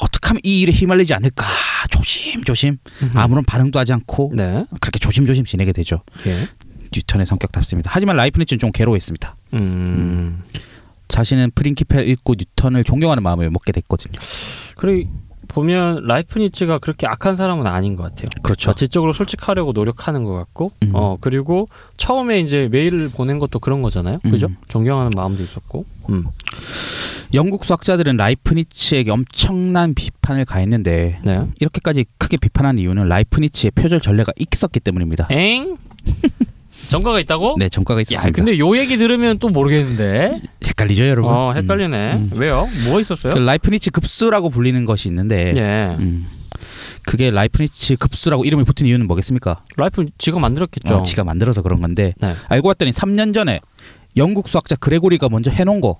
어떻게 하면 이 일에 힘을내지 않을까 조심조심 아무런 반응도 하지 않고 네. 그렇게 조심조심 지내게 되죠. 예. 뉴턴의 성격답습니다. 하지만 라이프니츠는 좀 괴로워했습니다. 음. 자신은 프린키펠 읽고 뉴턴을 존경하는 마음을 먹게 됐거든요. 그리고 보면 라이프니츠가 그렇게 악한 사람은 아닌 것 같아요. 그렇죠. 자체적으로 솔직하려고 노력하는 것 같고, 음. 어 그리고 처음에 이제 메일을 보낸 것도 그런 거잖아요. 그죠? 음. 존경하는 마음도 있었고, 음. 그러니까 영국 수학자들은 라이프니츠에게 엄청난 비판을 가했는데 네. 이렇게까지 크게 비판한 이유는 라이프니츠의 표절 전례가 있었기 때문입니다. 엥? 전과가 있다고? 네, 전과가 야, 있었습니다. 근데 요 얘기 들으면 또 모르겠는데. 헷갈리죠, 여러분? 어, 헷갈리네. 음. 왜요? 뭐 음. 있었어요? 그 라이프니츠 급수라고 불리는 것이 있는데 예. 음, 그게 라이프니츠 급수라고 이름이 붙은 이유는 뭐겠습니까? 라이프 지가 만들었겠죠. 어, 지가 만들어서 그런 건데 네. 알고 봤더니 3년 전에 영국 수학자 그레고리가 먼저 해놓은 거,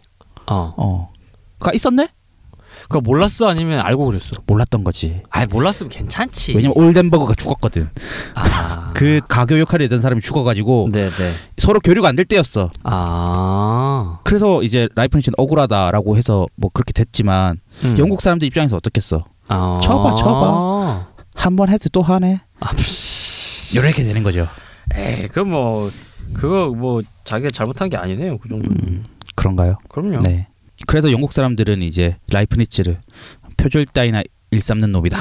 어. 어, 가 있었네? 그거 몰랐어 아니면 알고 그랬어? 몰랐던 거지. 아, 몰랐으면 괜찮지. 왜냐면 올덴버그가 죽었거든. 아. 그 가교 역할을 했던 사람이 죽어가지고 네, 네. 서로 교류가 안 될 때였어. 아. 그래서 이제 라이프니츠는 억울하다라고 해서 뭐 그렇게 됐지만 음. 영국 사람들 입장에서 어떻겠어? 아. 쳐봐, 쳐봐. 한 번 해서 또 하네. 아, 씨. 이렇게 되는 거죠. 에이, 그럼 뭐 그거 뭐 자기가 잘못한 게 아니네요. 그 정도. 음, 그런가요? 그럼요. 네. 그래서 영국 사람들은 이제 라이프니츠를 표절 따위나 일삼는 놈이다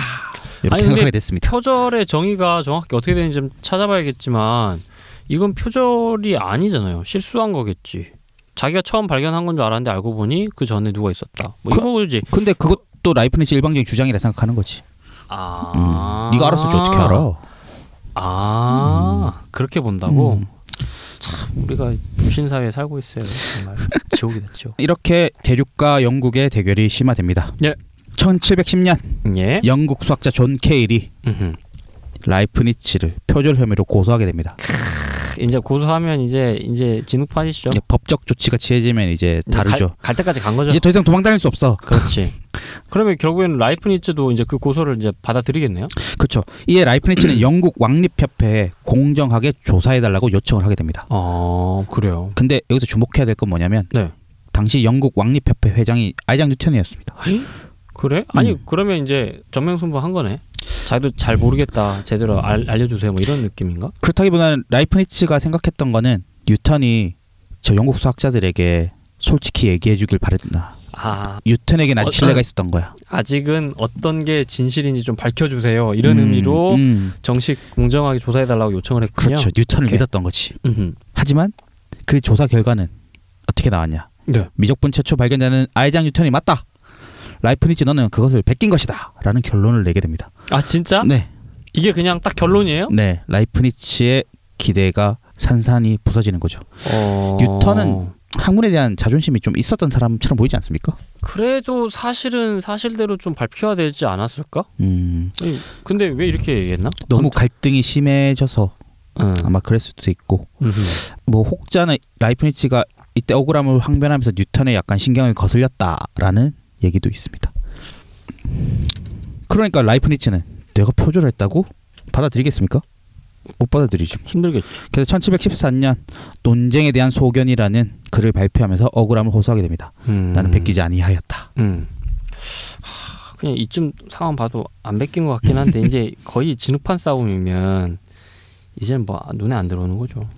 이렇게 아니, 근데 생각하게 됐습니다. 표절의 정의가 정확히 어떻게 되는지 좀 찾아봐야겠지만 이건 표절이 아니잖아요. 실수한 거겠지. 자기가 처음 발견한 건 줄 알았는데 알고 보니 그 전에 누가 있었다. 뭐 그- 이거지. 근데 그것도 라이프니츠 일방적인 주장이라 생각하는 거지. 아. 음. 네가 알아서 어떻게 알아? 아, 그렇게 본다고. 음. 참 우리가 무신 사회에 살고 있어요. 정말 지옥이다, 지옥. 이렇게 대륙과 영국의 대결이 심화됩니다. 예. 1710년 예. 영국 수학자 존 케일이 음흠. 라이프니츠를 표절 혐의로 고소하게 됩니다. 이제 고소하면 이제 이제 진흙판이시죠. 이제 법적 조치가 취해지면 이제 이제 예, 다르죠. 갈, 갈 때까지 간 거죠. 이제 더 이상 도망다닐 수 없어. 그렇지. 그러면 결국에는 라이프니츠도 이제 그 고소를 이제 받아들이겠네요. 그렇죠. 이에 라이프니츠는 영국 왕립협회에 공정하게 조사해달라고 요청을 하게 됩니다. 아 그래요. 근데 여기서 주목해야 될 건 뭐냐면 네. 당시 영국 왕립협회 회장이 아이작 뉴턴이었습니다. 그래? 아니 음. 그러면 이제 정명승부 한 거네. 자기도 잘 모르겠다. 제대로 알, 알려주세요. 뭐 이런 느낌인가? 그렇다기보다는 라이프니츠가 생각했던 거는 뉴턴이 저 영국 수학자들에게 솔직히 얘기해 주길 바랬나. 아 뉴턴에게 아주 어, 신뢰가 어. 있었던 거야. 아직은 어떤 게 진실인지 좀 밝혀주세요. 이런 음, 의미로 음. 정식 공정하게 조사해달라고 요청을 했군요. 그렇죠. 뉴턴을 오케이. 믿었던 거지. 음흠. 하지만 그 조사 결과는 어떻게 나왔냐? 네. 미적분 최초 발견자는 아이작 뉴턴이 맞다. 라이프니츠 너는 그것을 베낀 것이다라는 결론을 내게 됩니다. 아 어? 진짜? 네, 이게 그냥 딱 결론이에요? 네, 라이프니츠의 기대가 산산이 부서지는 거죠. 어... 뉴턴은 학문에 대한 자존심이 좀 있었던 사람처럼 보이지 않습니까? 그래도 사실은 사실대로 좀 발표해야 되지 않았을까? 음, 아니, 근데 왜 이렇게 얘기했나? 너무 갈등이 심해져서 아무튼, 음. 아마 그랬을 수도 있고, 음흠. 뭐 혹자는 라이프니츠가 이때 억울함을 항변하면서 뉴턴의 약간 신경이 거슬렸다라는 얘기도 있습니다. 그러니까 라이프니츠는 내가 표절을 했다고 받아들이겠습니까? 못 받아들이죠. 힘들겠지. 그래서 1714년 논쟁에 대한 소견이라는 글을 발표하면서 억울함을 호소하게 됩니다. 음. 나는 베끼지 아니하였다. 음. 하, 그냥 이쯤 상황 봐도 안 베낀 것 같긴 한데 이제 거의 진흙판 싸움이면 이제는 뭐 눈에 안 들어오는 거죠.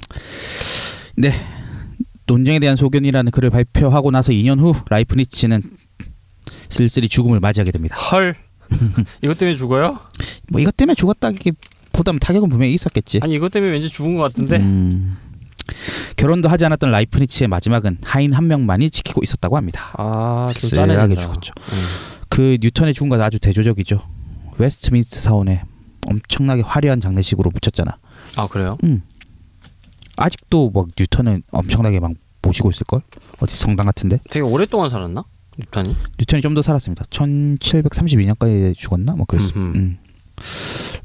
논쟁에 대한 소견이라는 글을 발표하고 나서 2년 후 라이프니츠는 쓸쓸히 죽음을 맞이하게 됩니다. 헐. 이것 때문에 죽어요? 뭐 이것 때문에 죽었다기보다는 타격은 분명히 있었겠지. 아니 이것 때문에 왠지 죽은 것 같은데. 음. 결혼도 하지 않았던 라이프니츠의 마지막은 하인 한 명만이 지키고 있었다고 합니다. 아, 좀 음. 쓸쓸하게 짠해하게 죽었죠. 그 뉴턴의 죽음과 아주 대조적이죠. 웨스트민스터 사원에 엄청나게 화려한 장례식으로 묻혔잖아. 음. 아 그래요? 아직도 막 뉴턴은 엄청나게 막 모시고 있을 걸? 어디 성당 같은데? 되게 오랫동안 살았나? 뉴턴이? 뉴턴이 좀 더 살았습니다. 1732년까지 죽었나? 뭐 그랬습니다. 음흠. 음.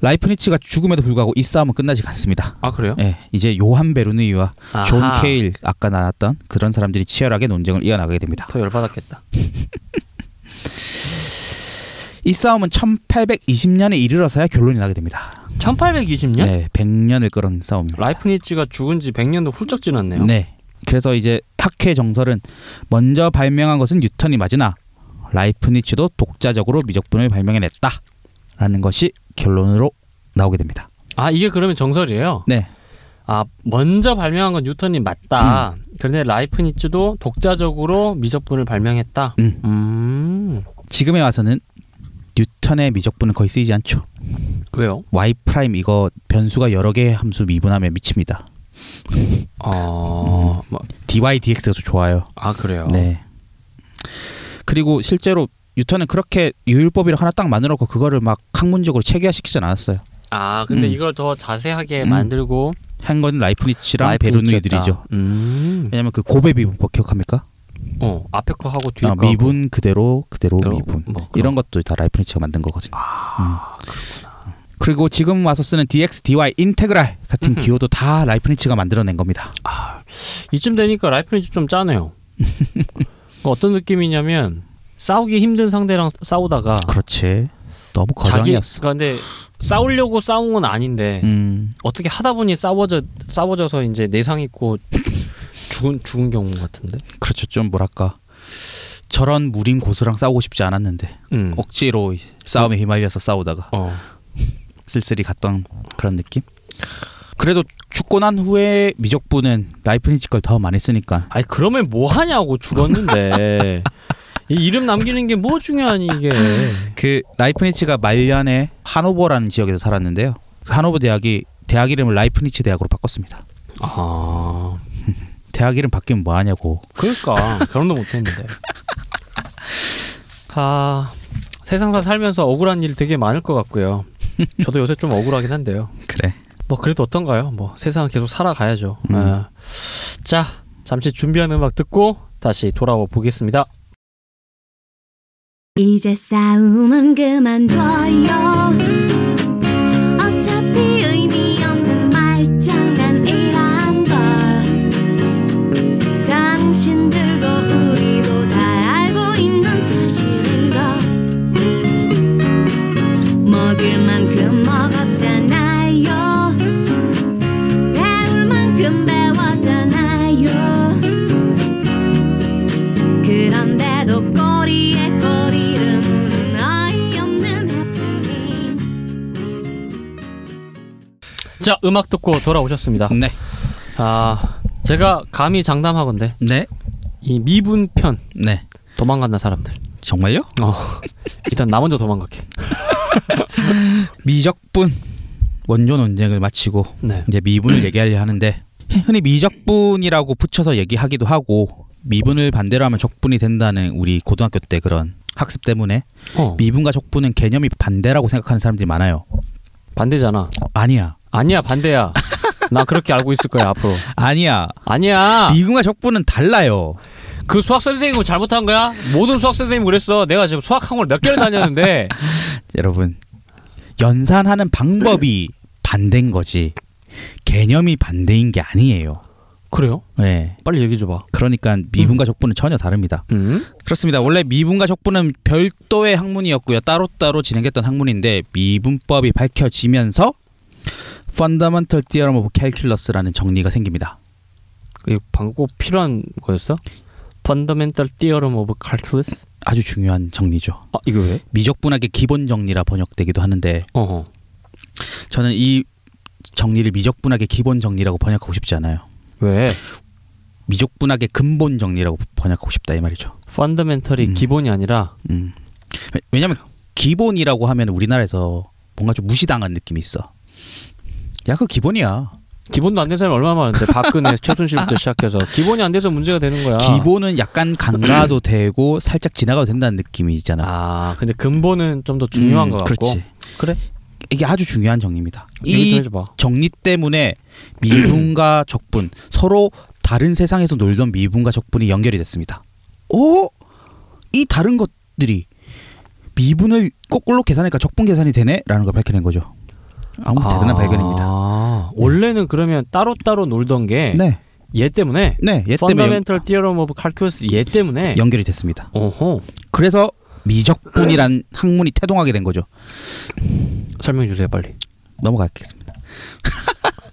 라이프니츠가 죽음에도 불구하고 이 싸움은 끝나지 않습니다. 아 그래요? 예, 이제 요한 베르누이와 존 아하. 케일 아까 나왔던 그런 사람들이 치열하게 논쟁을 이어나가게 됩니다. 더 열받았겠다. 이 싸움은 1820년에 이르러서야 결론이 나게 됩니다. 1820년? 네, 100년을 끌은 싸움입니다. 예? 라이프니츠가 죽은 지 100년도 훌쩍 지났네요. 네. 그래서 이제 학회 정설은 먼저 발명한 것은 뉴턴이 맞으나 라이프니츠도 독자적으로 미적분을 발명해냈다라는 것이 결론으로 나오게 됩니다. 아 이게 그러면 정설이에요? 네. 아 먼저 발명한 건 뉴턴이 맞다. 음. 그런데 라이프니츠도 독자적으로 미적분을 발명했다. 음. 음. 지금에 와서는 뉴턴의 미적분은 거의 쓰이지 않죠. 왜요? y 프라임 이거 변수가 여러 개의 함수 미분하면 미칩니다. 어. 뭐, dy dx가 좋아요. 아 그래요. 음. 네. 그리고 실제로 뉴턴은 그렇게 유율법이랑 하나 딱 만들었고 그거를 막 학문적으로 체계화시키진 않았어요. 아 근데 음. 이걸 더 자세하게 음. 만들고 한 건 라이프니츠랑 라이프니츠였다. 베르누이들이죠. 음. 왜냐면 그 고배 미분법 기억합니까? 어 앞에 거 하고 뒤에 네. 아, 거 하고. 미분 그대로 그대로 그대로 미분 뭐 그런 아, 이런 것도 다 라이프니츠가 만든 거거든요. 음. 그리고 지금 와서 쓰는 dx, dy, 인테그랄 같은 음흠. 아. 기호도 다 라이프니츠가 만들어낸 겁니다. 이쯤 되니까 라이프니츠 좀 짜네요. 그 어떤 느낌이냐면 싸우기 힘든 상대랑 싸우다가 그렇지. 너무 자기 거장이었어. 그러니까 근데 싸우려고 싸운 건 아닌데 음. 어떻게 하다 보니 싸워져 싸워져서 이제 내상 있고 죽은 죽은 경우 같은데. 그렇죠. 좀 뭐랄까 저런 무림 고수랑 싸우고 싶지 않았는데 음. 억지로 싸움에 휘말려서 싸우다가 어. 쓸쓸히 갔던 그런 느낌. 그래도 죽고 난 후에 미적분은 라이프니츠 걸 더 많이 쓰니까 아니 그러면 뭐 하냐고 죽었는데. 이 이름 남기는 게 뭐 중요하니 이게. 그 라이프니츠가 말년에 하노버라는 지역에서 살았는데요. 그 하노버 대학이 대학 이름을 라이프니츠 대학으로 바꿨습니다. 아. 대학 이름 바뀌면 뭐 하냐고. 그러니까 결혼도 못 했는데. 아. 세상사 살면서 억울한 일 되게 많을 것 같고요. 저도 요새 좀 억울하긴 한데요. 그래. 뭐 그래도 어떤가요? 뭐 세상은 계속 살아가야죠. 음. 아. 자, 잠시 준비한 음악 듣고 다시 돌아와 보겠습니다. 이제 싸움은 그만둬요 어차피 의미 없는 말장난이란 걸 당신들도 우리도 다 알고 있는 사실인 걸 먹을 만큼 먹었잖아요 배울 만큼 배웠잖아요 그런데도 꼬리에 꼬리를 무는 자 음악 듣고 돌아오셨습니다. 네. 아 제가 감히 장담하건데 네. 이 미분 편 네. 도망간다 사람들. 정말요? 어 일단 나 먼저 도망갈게. 미적분 원조 논쟁을 마치고 네. 이제 미분을 얘기하려 하는데 흔히 미적분이라고 붙여서 얘기하기도 하고 미분을 반대로 하면 적분이 된다는 우리 고등학교 때 그런 학습 때문에 어 미분과 적분은 개념이 반대라고 생각하는 사람들이 많아요. 반대잖아. 아니야. 아니야 반대야. 나 그렇게 알고 있을 거야 앞으로. 아니야. 아니야. 미분과 적분은 달라요. 그 수학 선생님은 잘못한 거야? 모든 수학 선생님 그랬어. 내가 지금 수학 학원을 몇 개를 다녔는데 여러분 연산하는 방법이 반대인 거지 개념이 반대인 게 아니에요. 그래요? 네. 빨리 얘기 해 줘봐. 그러니까 미분과 적분은 전혀 다릅니다. 음? 그렇습니다. 원래 미분과 적분은 별도의 학문이었고요. 따로따로 진행했던 학문인데 미분법이 밝혀지면서 Fundamental Theorem of Calculus라는 정리가 생깁니다. 이그 방금 꼭 필요한 거였어? Fundamental Theorem of Calculus? 아주 중요한 정리죠. 아 이거 왜? 미적분학의 기본 정리라 번역되기도 하는데 어허. 저는 이 정리를 미적분학의 기본 정리라고 번역하고 싶지 않아요. 왜? 미적분학의 근본 정리라고 번역하고 싶다 이 말이죠. Fundamental이 음. 기본이 아니라 음. 왜- 왜냐면 기본이라고 하면 우리나라에서 뭔가 좀 무시당한 느낌이 있어. 야 그 기본이야. 기본도 안 된 사람이 얼마나 많은데 박근혜, 최순실부터 시작해서 기본이 안 돼서 문제가 되는 거야. 기본은 약간 강가도 되고 살짝 지나가도 된다는 느낌이잖아. 아 근데 근본은 좀 더 중요한 음, 것 같고. 그렇지. 그래. 이게 아주 중요한 정리입니다. 얘기 좀 이 해줘봐. 정리 때문에 미분과 적분 서로 다른 세상에서 놀던 미분과 적분이 연결이 됐습니다. 오, 이 다른 것들이 미분을 거꾸로 계산하니까 적분 계산이 되네라는 걸 밝혀낸 거죠. 아무 대단한 발견입니다. 아, 원래는 그러면 따로 따로 놀던 게 얘 네, 때문에 네, 얘 때문에 연, Fundamental Theorem of Calculus 얘 때문에 연결이 됐습니다. 어허 그래서 미적분이란 학문이 태동하게 된 거죠. 설명해 주세요 빨리 넘어가겠습니다.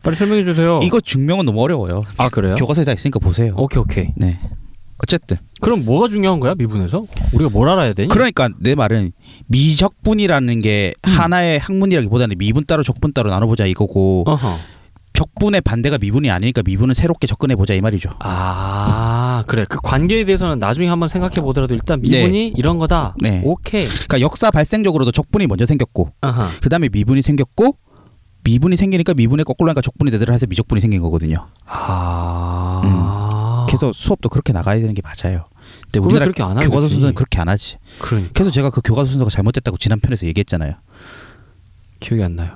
빨리 설명해 주세요 이거 증명은 너무 어려워요. 아 어. 그래요 어. 교과서에 다 있으니까 보세요. 오케이 오케이 네. 어쨌든 그럼 뭐가 중요한 거야 미분에서 우리가 뭘 알아야 되니 그러니까 내 말은 미적분이라는 게 하나의 학문이라기보다는 미분 따로 적분 따로 나눠보자 이거고 어허 적분의 반대가 미분이 아니니까 미분은 새롭게 접근해 보자 이 말이죠. 아 그래 그 관계에 대해서는 나중에 한번 생각해 보더라도 일단 미분이 이런 거다 네. 오케이 그러니까 역사 발생적으로도 적분이 먼저 생겼고 아하 그 다음에 미분이 생겼고 미분이 생기니까 미분의 거꾸로 하니까 적분이 되더라 해서 미적분이 생긴 거거든요. 아 그래서 수업도 그렇게 나가야 되는 게 맞아요. 근데 원래 음. 우리나라 그렇게 안 하는 교과서 거지. 순서는 그렇게 안 하지. 그러니까 그래서 제가 그 교과서 순서가 잘못됐다고 지난 편에서 얘기했잖아요. 기억이 안 나요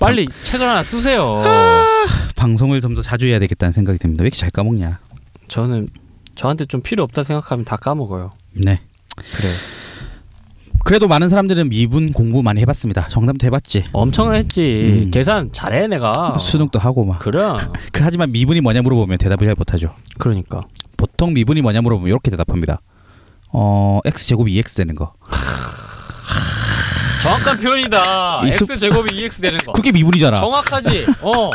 빨리 책을 하나 쓰세요 방송을 좀 더 자주 해야 되겠다는 생각이 듭니다. 왜 이렇게 잘 까먹냐? 저는 저한테 좀 필요 없다 생각하면 다 까먹어요 네. 그래 그래도 많은 사람들은 미분 공부 많이 해봤습니다. 정답도 해봤지. 엄청 했지. 음. 계산 잘해 내가. 수능도 하고 막. 그래. 그, 하지만 미분이 뭐냐 물어보면 대답을 잘 못하죠. 그러니까. 보통 미분이 뭐냐 물어보면 이렇게 대답합니다. 어 x 제곱이 2x 되는 거. 정확한 표현이다. 익숙- x 제곱이 2x 되는 거. 그게 미분이잖아. 어. 정확하지. 어.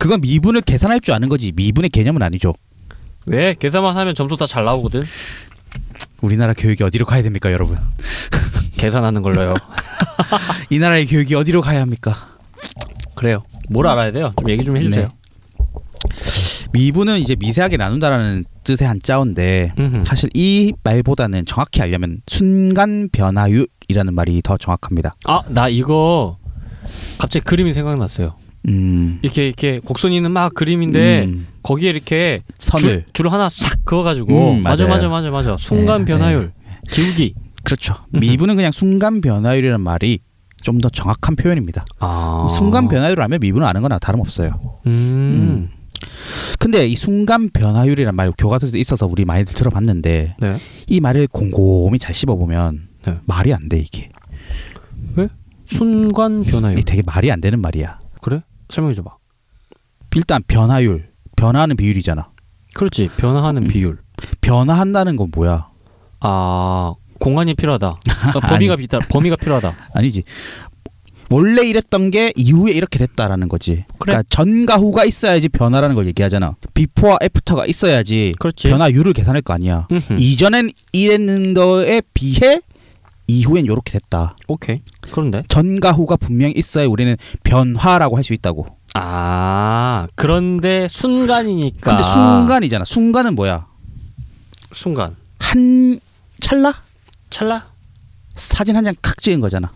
그건 미분을 계산할 줄 아는 거지. 미분의 개념은 아니죠. 왜 계산만 하면 점수 다 잘 나오거든. 우리나라 교육이 어디로 가야 됩니까, 여러분? 계산하는 걸로요. 이 나라의 교육이 어디로 가야 합니까? 그래요. 뭘 알아야 돼요? 좀 얘기 좀 해주세요. 네. 미분은 이제 미세하게 나눈다라는 뜻의 한자어인데 음흠. 사실 이 말보다는 정확히 알려면 순간 변화율이라는 말이 더 정확합니다. 아, 나 이거 갑자기 그림이 생각났어요. 음. 이렇게 이렇게 곡선이는 막 그림인데 음, 거기에 이렇게 선을 줄, 줄 하나 싹 그어가지고 음, 맞아 맞아 맞아요. 맞아 맞아 순간 네, 변화율 기울기 그렇죠. 미분은 그냥 순간 변화율이라는 말이 좀 더 정확한 표현입니다. 아 순간 변화율을 알면 미분을 아는 거나 다름없어요. 음. 근데 이 순간 변화율이란 말 교과서에도 있어서 우리 많이 들어봤는데 네. 이 말을 곰곰이 잘 씹어보면 네. 말이 안 돼 이게. 순간 변화율. 이게 되게 말이 안 되는 말이야. 그래? 설명해 줘봐. 일단 변화율, 변화하는 비율이잖아. 그렇지. 변화하는 비율. 변화한다는 건 뭐야? 아 공간이 필요하다. 아, 범위가 비다. 범위가 필요하다. 아니지. 원래 이랬던 게 이후에 이렇게 됐다라는 거지. 그러니까 전과 후가 있어야지 변화라는 걸 얘기하잖아. 비포와 애프터가 있어야지 그렇지. 음. 변화율을 계산할 거 아니야. 음흠. 이전엔 이랬는 거에 비해 이후엔 요렇게 됐다. 오케이. 그런데 전과 후가 분명히 있어야 우리는 변화라고 할 수 있다고. 아 그런데 순간이니까. 근데 순간이잖아. 순간은 뭐야? 순간. 한 찰나? 찰나. 사진 한 장 칵 찍은 거잖아.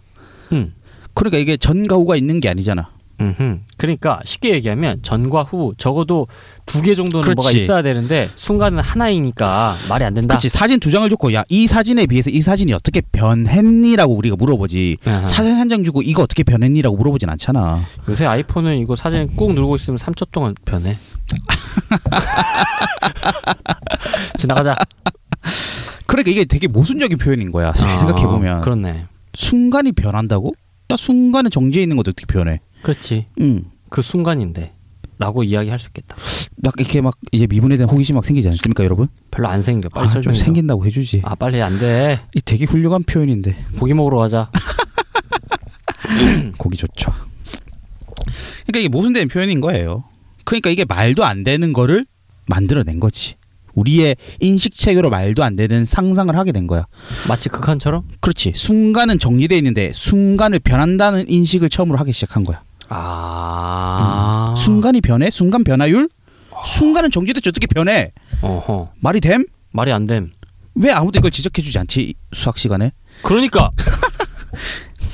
음. 그러니까 이게 전과 후가 있는 게 아니잖아. 음. 그러니까 쉽게 얘기하면 전과 후 적어도 두 개 정도는 그렇지. 뭐가 있어야 되는데 순간은 하나이니까 말이 안 된다. 그렇지. 사진 두 장을 줬고 야 이 사진에 비해서 이 사진이 어떻게 변했니라고 우리가 물어보지. 아하. 사진 한 장 주고 이거 어떻게 변했니라고 물어보진 않잖아. 요새 아이폰은 이거 사진 꼭 누르고 있으면 3초 동안 변해. 지나가자. 그러니까 이게 되게 모순적인 표현인 거야. 잘 아, 생각해 보면 그렇네. 순간이 변한다고? 야 순간에 정지해 있는 것도 어떻게 변해? 그렇지. 음. 그 순간인데. 라고 이야기할 수 있겠다. 막 이렇게 막 이제 미분에 대한 호기심 막 생기지 않습니까, 여러분? 별로 안 생겨. 빨리 아, 좀 설명해. 줘. 생긴다고 해주지. 아 빨리 안 돼. 이 되게 훌륭한 표현인데. 고기 먹으러 가자. 음. 고기 좋죠. 그러니까 이게 모순된 표현인 거예요. 그러니까 이게 말도 안 되는 거를 만들어낸 거지. 우리의 인식 체계로 말도 안 되는 상상을 하게 된 거야. 마치 극한처럼. 그렇지. 순간은 정리돼 있는데 순간을 변한다는 인식을 처음으로 하기 시작한 거야. 아. 음. 순간이 변해? 순간 변화율? 순간은 정지됐지 어떻게 변해? 어허. 말이 됨? 말이 안 됨. 왜 아무도 이걸 지적해주지 않지? 수학 시간에? 그러니까.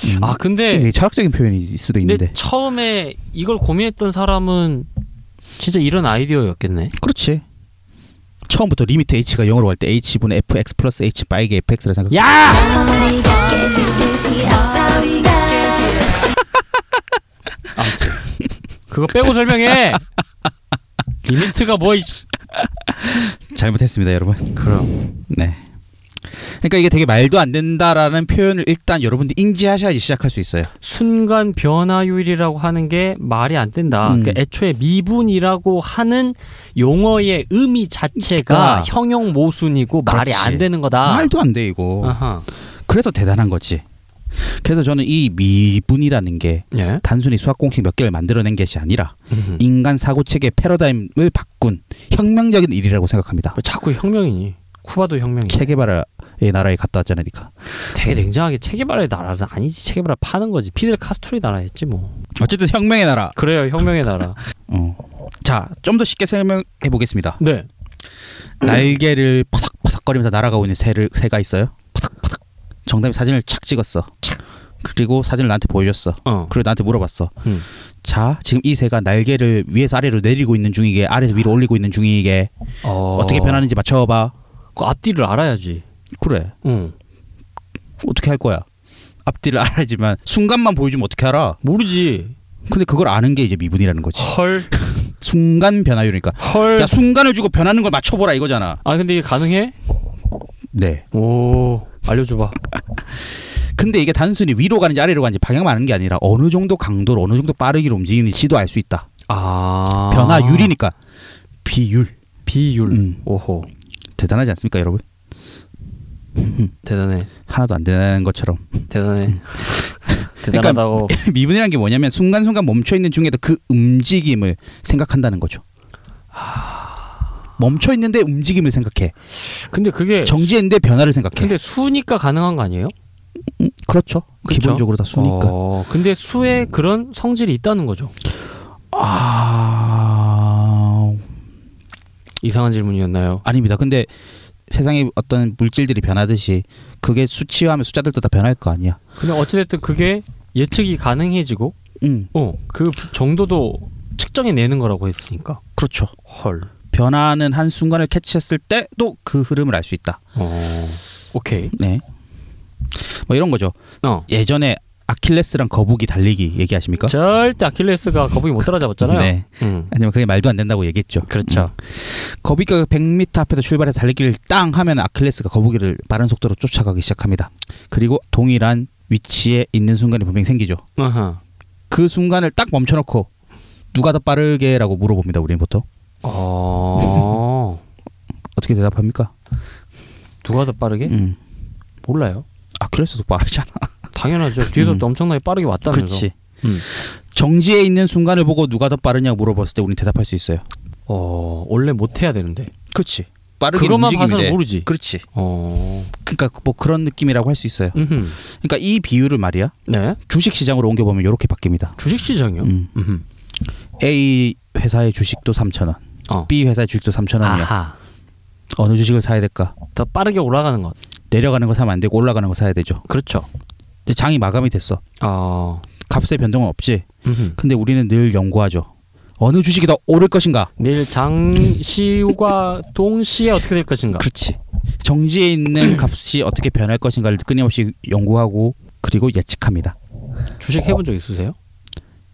음. 아 근데 이게 철학적인 표현일 수도 있는데. 근데 처음에 이걸 고민했던 사람은 진짜 이런 아이디어였겠네. 그렇지. 처음부터 리미트 h가 0으로 갈 때 h 분의 fx 플러스 h 빠이게 fx를 생각. 야! 아무튼 그거 빼고 설명해. 리미트가 뭐? 이씨. 잘못했습니다, 여러분. 그럼. 네. 그러니까 이게 되게 말도 안 된다라는 표현을 일단 여러분들 인지하셔야지 시작할 수 있어요. 순간 변화율이라고 하는 게 말이 안 된다. 음. 그 애초에 미분이라고 하는 용어의 의미 자체가 그러니까. 형용 모순이고 말이 그렇지. 안 되는 거다. 말도 안 돼 이거. 아. 아하. 그래서 대단한 거지. 그래서 저는 이 미분이라는 게 예. 단순히 수학 공식 몇 개를 만들어낸 것이 아니라 음흠. 인간 사고 체계 패러다임을 바꾼 혁명적인 일이라고 생각합니다. 뭐 자꾸 혁명이니? 쿠바도 혁명이. 체계바라의 나라에 갔다 왔잖아요, 니까. 되게 냉정하게 체계바라의 나라는 아니지. 체계바라 파는 거지. 피델 카스토리 나라였지 뭐. 어쨌든 혁명의 나라. 그래요, 혁명의 나라. 어. 자, 좀 더 쉽게 설명해 보겠습니다. 네. 날개를 퍼덕퍼덕거리면서 날아가고 있는 새를 새가 있어요. 퍼덕퍼덕. 정답이 사진을 착 찍었어. 그리고 사진을 나한테 보여줬어. 어. 그리고 나한테 물어봤어. 음. 자, 지금 이 새가 날개를 위에서 아래로 내리고 있는 중이게, 아래에서 위로 올리고 있는 중이게, 어. 어... 떻게 변하는지 맞춰봐. 그 앞뒤를 알아야지. 그래. 응. 어떻게 할 거야? 앞뒤를 알아야지만 순간만 보여주면 어떻게 알아? 모르지. 근데 그걸 아는 게 이제 미분이라는 거지. 헐. 순간 변화율이니까. 헐. 야, 순간을 주고 변하는 걸 맞춰보라 이거잖아. 아 근데 이게 가능해? 네. 오 알려줘봐. 근데 이게 단순히 위로 가는지 아래로 가는지 방향만 아는 게 아니라 어느 정도 강도로 어느 정도 빠르기로 움직이는지도 알 수 있다. 아 변화율이니까 비율. 비율. 음. 오호 대단하지 않습니까, 여러분? 대단해 하나도 안 되는 것처럼. 음. 대단해 그러니까 대단하다고 미분이란 게 뭐냐면 순간순간 멈춰 있는 중에도 그 움직임을 생각한다는 거죠. 멈춰 있는데 움직임을 생각해. 근데 예. 그게 정지했는데 변화를 생각해. 근데 수니까 가능한 거 아니에요? 음, 그렇죠. 그렇죠? 기본적으로 다 수니까. 어, 근데 수에 그런 성질이 있다는 거죠. 아 이상한 질문이었나요? 아닙니다. 근데 세상의 어떤 물질들이 변하듯이 그게 수치화하면 숫자들도 다 변할 거 아니야. 근데 어찌됐든 그게 예측이 가능해지고 음, 어그 정도도 측정해 내는 거라고 했으니까 그렇죠. 헐. 변화하는 한 순간을 캐치했을 때도 그 흐름을 알 수 있다. 어 오케이. 네. 뭐 이런 거죠. 어 예전에 아킬레스랑 거북이 달리기 얘기하십니까? 절대 아킬레스가 거북이 못 따라잡았잖아요. 네. 음. 하지만 그게 말도 안 된다고 얘기했죠. 그렇죠. 음. 거북이가 100m 앞에서 출발해서 달리기를 땅 하면 아킬레스가 거북이를 빠른 속도로 쫓아가기 시작합니다. 그리고 동일한 위치에 있는 순간이 분명히 생기죠. 아하. 그 순간을 딱 멈춰놓고 누가 더 빠르게라고 물어봅니다. 우리는 보통 어. 어떻게 대답합니까? 누가 더 빠르게? 음. 몰라요. 아킬레스도 빠르잖아. 당연하죠. 뒤에서 음. 또 엄청나게 빠르게 왔다면서. 그렇지. 음. 정지에 있는 순간을 보고 누가 더 빠르냐고 물어봤을 때 우리는 대답할 수 있어요. 어 원래 못 해야 되는데. 그렇지. 빠르게 그것만 움직임이 봐서는 돼. 모르지. 그렇지. 어. 그러니까 뭐 그런 느낌이라고 할 수 있어요. 음흠. 그러니까 이 비율을 말이야 네. 주식 시장으로 옮겨 보면 이렇게 바뀝니다. 주식 시장이요. 음. 음흠. A 회사의 주식도 3천 원, 어. B 회사의 주식도 3천 원이야. 아하. 어느 주식을 사야 될까? 더 빠르게 올라가는 것. 내려가는 거 사면 안 되고 올라가는 거 사야 되죠. 그렇죠. 근데 장이 마감이 됐어. 어. 값의 변동은 없지. 음흠. 근데 우리는 늘 연구하죠. 어느 주식이 더 오를 것인가? 내일 장시우가 동시에 어떻게 될 것인가. 그렇지. 정지에 있는 값이 어떻게 변할 것인가를 끊임없이 연구하고 그리고 예측합니다. 주식 해본 적 있으세요?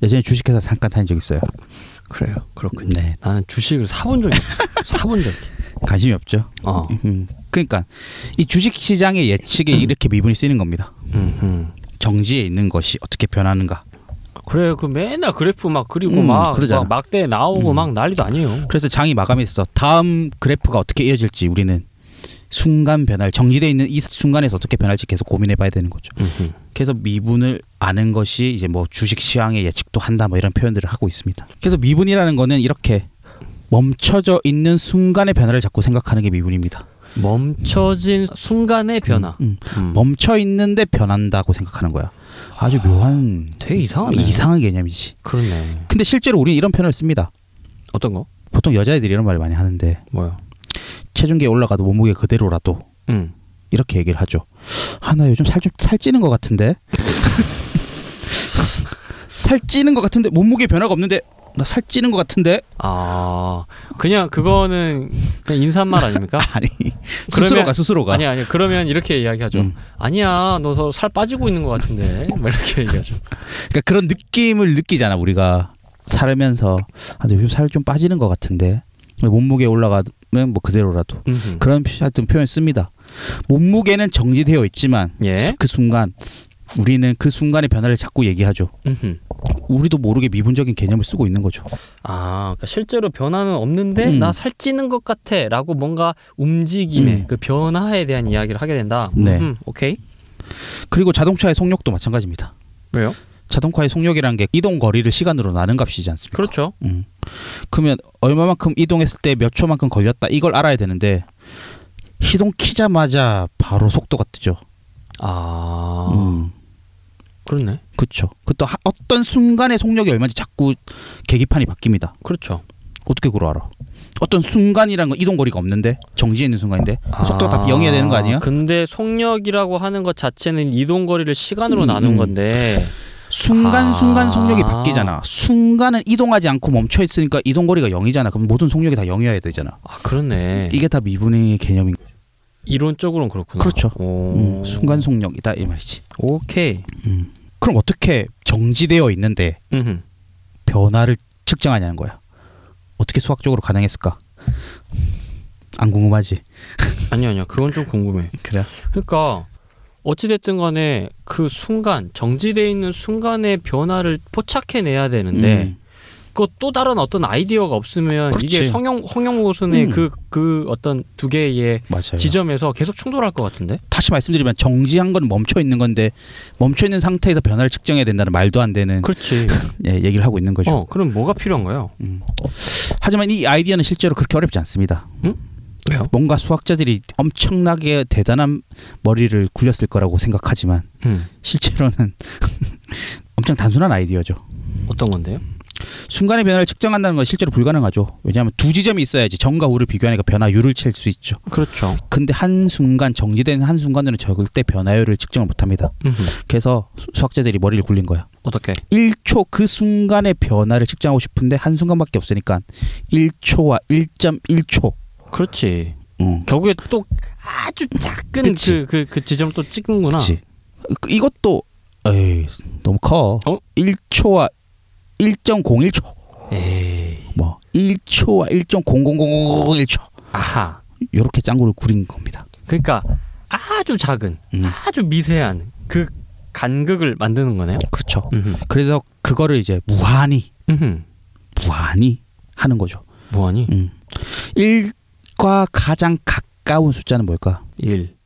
예전에 주식회사 잠깐 다닌 적 있어요. 그래요. 그렇군요. 네, 나는 주식을 사본 적이 없어. 사본 적이. 관심이 없죠. 어. 음. 그러니까 이 주식 시장의 예측에 이렇게 미분이 쓰이는 겁니다. 음흠. 정지에 있는 것이 어떻게 변하는가. 그래 그 맨날 그래프 막 그리고 음, 막, 그러잖아. 막 막대 나오고 막 난리도 아니에요. 그래서 장이 마감이 됐어. 다음 그래프가 어떻게 이어질지 우리는 순간 변할 정지돼 있는 이 순간에서 어떻게 변할지 계속 고민해 봐야 되는 거죠. 음흠. 그래서 미분을 아는 것이 이제 뭐 주식 시황의 예측도 한다 뭐 이런 표현들을 하고 있습니다. 그래서 미분이라는 거는 이렇게 멈춰져 있는 순간의 변화를 자꾸 생각하는 게 미분입니다. 멈춰진 순간의 변화. 음. 음. 멈춰 있는데 변한다고 생각하는 거야. 아주 묘한 되게 아, 이상하네. 이상한 개념이지. 그러네. 근데 실제로 우리는 이런 표현을 씁니다. 어떤 거? 보통 여자애들이 이런 말을 많이 하는데 뭐요? 체중계에 올라가도 몸무게 그대로라도 음. 이렇게 얘기를 하죠. 아 나 요즘 살 좀 살찌는 것 같은데 살찌는 것 같은데 몸무게 변화가 없는데 나 살찌는 것 같은데 아 그냥 그거는 그냥 인사말 아닙니까? 아니 스스로가 스스로가 아니 아니 그러면 이렇게 이야기하죠. 음. 아니야 너 살 빠지고 있는 것 같은데 막 이렇게 얘기하죠. 그러니까 그런 느낌을 느끼잖아 우리가 살면서 아 근데 요즘 살 좀 빠지는 것 같은데 몸무게 올라가면 뭐 그대로라도 음흠. 그런 피- 하여튼 표현 씁니다. 몸무게는 정지되어 있지만 예. 수- 그 순간 우리는 그 순간의 변화를 자꾸 얘기하죠. 음흠. 우리도 모르게 미분적인 개념을 쓰고 있는 거죠. 아 그러니까 실제로 변화는 없는데 음. 나 살찌는 것 같아라고 뭔가 움직임의 음. 어. 그 변화에 대한 이야기를 하게 된다. 네. 음, 오케이. 그리고 자동차의 속력도 마찬가지입니다. 왜요? 자동차의 속력이란 게 이동 거리를 시간으로 나눈 값이지 않습니까? 그렇죠. 음. 그러면 얼마만큼 이동했을 때 몇 초만큼 걸렸다 이걸 알아야 되는데 시동 키자마자 바로 속도가 뜨죠. 아 음. 그렇네. 그렇죠. 그또 어떤 순간의 속력이 얼마인지 자꾸 계기판이 바뀝니다. 그렇죠. 어떻게 그걸 알아? 어떤 순간이란 건 이동 거리가 없는데 정지해 있는 순간인데 속도가 아, 다 0이어야 되는 거 아니야? 근데 속력이라고 하는 것 자체는 이동 거리를 시간으로 음, 나눈 음. 건데 순간 순간 아. 속력이 바뀌잖아. 순간은 이동하지 않고 멈춰 있으니까 이동 거리가 0이잖아. 그럼 모든 속력이 다 0이어야 되잖아. 아 그렇네. 이게 다 미분의 개념인 거야. 이론적으로는 그렇구나. 그렇죠. 오. 음, 순간 속력이다 이 말이지. 오케이. 음. 그럼 어떻게 정지되어 있는데 음흠. 변화를 측정하냐는 거야. 어떻게 수학적으로 가능했을까? 안 궁금하지. 아니 아니야. 그건 좀 궁금해. 그래. 그러니까 어찌 됐든 간에 그 순간 정지돼 있는 순간의 변화를 포착해내야 음, 되는데 네. 그또 다른 어떤 아이디어가 없으면 이게 그렇지. 성형 홍영 모순의 음. 그 그 어떤 두 개의 맞아요. 지점에서 계속 충돌할 것 같은데. 다시 말씀드리면 정지한 건 멈춰 있는 건데 멈춰 있는 상태에서 변화를 측정해야 된다는 말도 안 되는 그렇지. 예, 얘기를 하고 있는 거죠. 어, 그럼 뭐가 필요한가요? 음. 하지만 이 아이디어는 실제로 그렇게 어렵지 않습니다. 왜요? 뭔가 수학자들이 엄청나게 대단한 머리를 굴렸을 거라고 생각하지만 음. 실제로는 엄청 단순한 아이디어죠. 어떤 건데요? 순간의 변화를 측정한다는 건 실제로 불가능하죠. 왜냐하면 두 지점이 있어야지 정과 우를 비교하니까 변화율을 칠 수 있죠. 그렇죠. 근데 한 순간 정지된 한 순간으로 적을 때 변화율을 측정을 못합니다. 음흠. 그래서 수- 수학자들이 머리를 굴린 거야. 어떻게? 1초 그 순간의 변화를 측정하고 싶은데 한 순간밖에 없으니까 1초와 1.1초. 그렇지. 음. 결국에 또 아주 작은 그 그치. 그 그 지점 또 찍는구나. 그치. 그- 이것도 에이, 너무 커. 어? 1초와 1.01초. 에이. 뭐 1초와 1.00001초. 아하. 요렇게 짱구를 구린 겁니다. 그러니까 아주 작은, 음. 아주 미세한 그 간극을 만드는 거네요. 그렇죠. 음흠. 그래서 그거를 이제 무한히 음흠. 무한히 하는 거죠. 뭐하니? 음. 1과 가장 가까운 숫자는 뭘까? 일.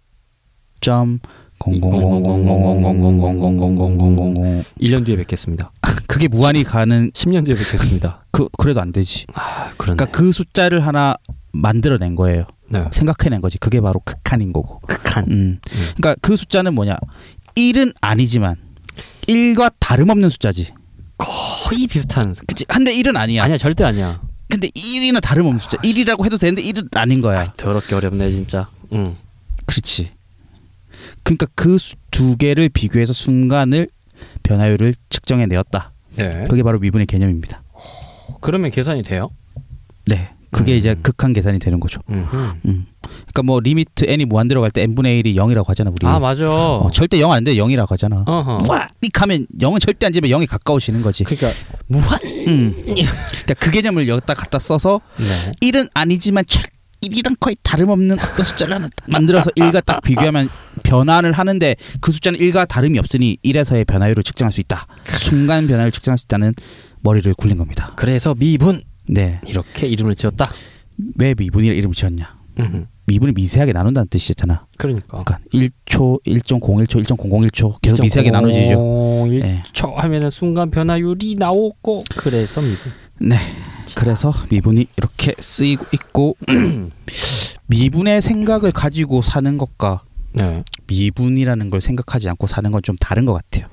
0.000000000000000 일 년 뒤에 뵙겠습니다. 그게 무한히 가는 10년 뒤에 뵙겠습니다. 그 그래도 안 되지. 아, 그러네. 그러니까 그 숫자를 하나 만들어낸 거예요. 네. 생각해낸 거지. 그게 바로 극한인 거고. 극한. 음. 그러니까 그 숫자는 뭐냐? 1은 아니지만 1과 다름없는 숫자지. 거의 비슷한. 그치? 한데 1은 아니야. 아니야 절대 아니야. 근데 1이나 다름없는 숫자. 1이라고 해도 되는데 1은 아닌 거야. 더럽게 어렵네 진짜. 응. 그렇지. 그러니까 그 두 개를 비교해서 순간을 변화율을 측정해 내었다. 네. 그게 바로 미분의 개념입니다. 그, 러면 계산이 돼요? 네. 그게 이제 음. 극한 계산이 되는 거죠. 음. 음. 그러니까 뭐 리미트 n이 무한대로 갈 때 n분의 1이 0이라고 하잖아, 우리. 아 맞아. 어, 뭐? 절대 0 안 돼. 0이라고 하잖아. 어허. 무한익 하면 0은 절대 안 되면 0에 가까워지는 거지. 그러니까 무한. 예. 음. 그러니까 그 개념을 여기다 갖다 써서 네. 1은 아니지만 착 1이랑 거의 다름없는 어떤 숫자를 하나 딱 만들어서 1과 딱 비교하면 변화를 하는데 그 숫자는 1과 다름이 없으니 1에서의 변화율을 측정할 수 있다. 순간 변화율을 측정할 수 있다는 머리를 굴린 겁니다. 그래서 미분 네. 이렇게 이름을 지었다. 왜 미분이라 이름을 지었냐? 음. 미분을 미세하게 나눈다는 뜻이잖아. 그러니까. 그러니까 1초, 1.01초, 1.001초 계속 미세하게 나눠지죠. 1.01 네. 초 하면은 순간 변화율이 나오고 그래서 미분. 네. 그래서 미분이 이렇게 쓰이고 있고 미분의 생각을 가지고 사는 것과 네. 미분이라는 걸 생각하지 않고 사는 건 좀 다른 것 같아요.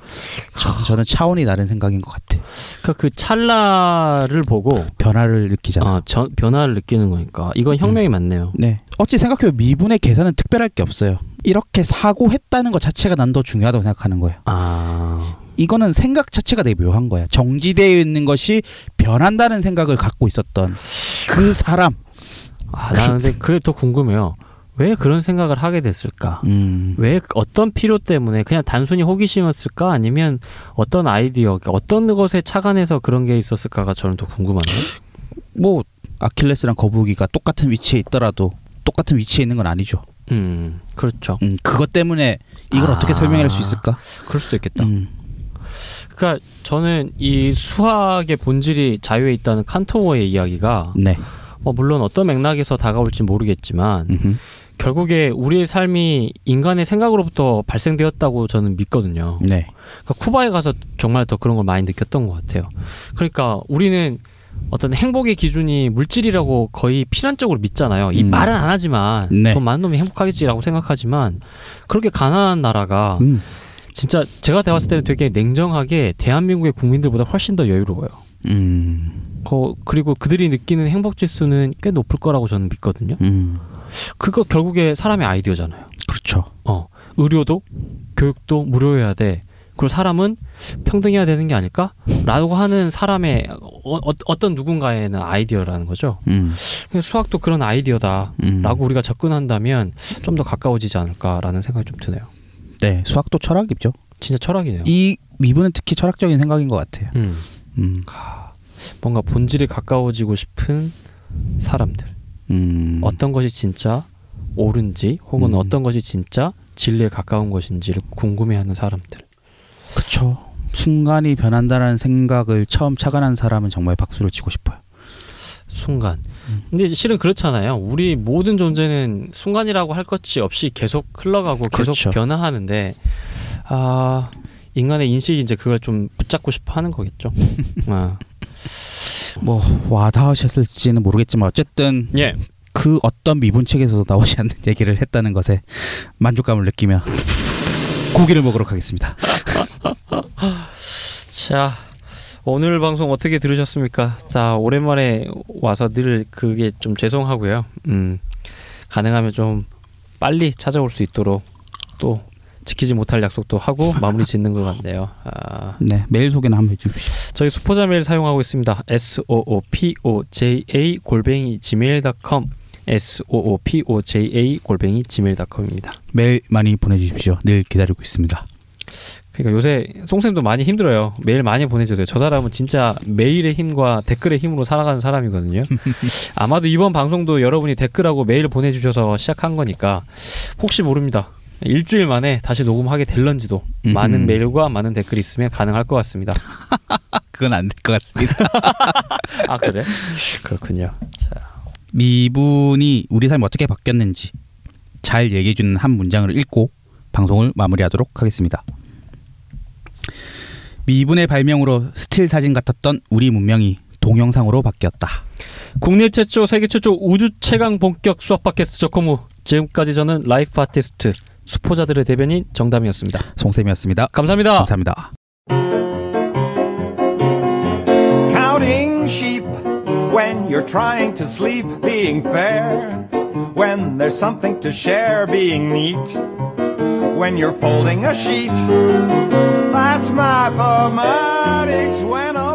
저, 저는 차원이 다른 생각인 것 같아. 그러니까 그 찰나를 보고 변화를 느끼잖아. 아, 저, 변화를 느끼는 거니까 이건 혁명이 맞네요. 네. 어찌 생각해보면 미분의 계산은 특별할 게 없어요. 이렇게 사고했다는 것 자체가 난 더 중요하다고 생각하는 거예요. 아, 이거는 생각 자체가 되게 묘한 거야. 정지되어 있는 것이 변한다는 생각을 갖고 있었던 그 사람. 아 나는 근데 그게 더 궁금해요. 왜 그런 생각을 하게 됐을까? 음. 왜 그- 어떤 필요 때문에 그냥 단순히 호기심이었을까? 아니면 어떤 아이디어, 그러니까 어떤 것에 착안해서 그런 게 있었을까가 저는 더 궁금하네요. 뭐 아킬레스랑 거북이가 똑같은 위치에 있더라도 똑같은 위치에 있는 건 아니죠. 음, 그렇죠. 음, 그것 때문에 이걸 아. 어떻게 설명할 수 있을까? 그럴 수도 있겠다. 음. 그러니까 저는 이 수학의 본질이 자유에 있다는 칸토어의 이야기가 네. 뭐 물론 어떤 맥락에서 다가올지 모르겠지만 음흠. 결국에 우리의 삶이 인간의 생각으로부터 발생되었다고 저는 믿거든요. 네. 그러니까 쿠바에 가서 정말 더 그런 걸 많이 느꼈던 것 같아요. 그러니까 우리는 어떤 행복의 기준이 물질이라고 거의 필연적으로 믿잖아요. 이 음. 말은 안 하지만 네. 돈 많은 놈이 행복하겠지라고 생각하지만 그렇게 가난한 나라가 음. 진짜 제가 대봤을 때는 되게 냉정하게 대한민국의 국민들보다 훨씬 더 여유로워요. 음. 거- 그리고 그들이 느끼는 행복 지수는 꽤 높을 거라고 저는 믿거든요. 음. 그거 결국에 사람의 아이디어잖아요. 그렇죠. 어 의료도 교육도 무료여야 돼. 그리고 사람은 평등해야 되는 게 아닐까?라고 하는 사람의 어, 어, 떤 누군가에는 아이디어라는 거죠. 음. 그냥 수학도 그런 아이디어다라고 음. 우리가 접근한다면 좀 더 가까워지지 않을까라는 생각이 좀 드네요. 네. 수학도 철학이죠. 진짜 철학이네요. 이 미분은 특히 철학적인 생각인 것 같아요. 음, 음. 뭔가 본질에 가까워지고 싶은 사람들. 음. 어떤 것이 진짜 옳은지 혹은 음. 어떤 것이 진짜 진리에 가까운 것인지를 궁금해하는 사람들. 그렇죠. 순간이 변한다라는 생각을 처음 착안한 사람은 정말 박수를 치고 싶어요. 순간. 근데 이제 실은 그렇잖아요. 우리 모든 존재는 순간이라고 할 것이 없이 계속 흘러가고 계속 그렇죠. 변화하는데 아 인간의 인식이 이제 그걸 좀 붙잡고 싶어 하는 거겠죠. 아. 뭐 와닿으셨을지는 모르겠지만 어쨌든 예. 그 어떤 미분 책에서도 나오지 않는 얘기를 했다는 것에 만족감을 느끼며 고기를 먹으러 가겠습니다. 자 오늘 방송 어떻게 들으셨습니까? 자 오랜만에 와서 늘 그게 좀 죄송하고요. 음 가능하면 좀 빨리 찾아올 수 있도록 또 지키지 못할 약속도 하고 마무리 짓는 것 같네요. 아, 네, 메일 소개나 한번 해주십시오. 저희 수포자 메일 사용하고 있습니다. s o o p o j a 골뱅이 gmail.com s o o p o j a 골뱅이 gmail.com입니다. 메일 많이 보내주십시오. 늘 기다리고 있습니다. 그러니까 요새 송쌤도 많이 힘들어요. 메일 많이 보내줘도요. 저 사람은 진짜 메일의 힘과 댓글의 힘으로 살아가는 사람이거든요. 아마도 이번 방송도 여러분이 댓글하고 메일 보내주셔서 시작한 거니까 혹시 모릅니다. 일주일 만에 다시 녹음하게 될런지도 음흠. 많은 메일과 많은 댓글이 있으면 가능할 것 같습니다. 그건 안 될 것 같습니다. 아 그래? 그렇군요. 자, 미분이 우리 삶이 어떻게 바뀌었는지 잘 얘기해주는 한 문장을 읽고 방송을 마무리하도록 하겠습니다. 미분의 발명으로 스틸 사진 같았던 우리 문명이 동영상으로 바뀌었다. 국내 최초 세계 최초 우주 최강 본격 수학 팟캐스트 저코무 지금까지 저는 라이프 아티스트 수포자들의 대변인 정담이었습니다. 송쌤이었습니다. 감사합니다. 감사합니다. counting sheep when you're trying to sleep, being fair, when there's something to share, being neat, when you're folding a sheet. That's my phonetics when I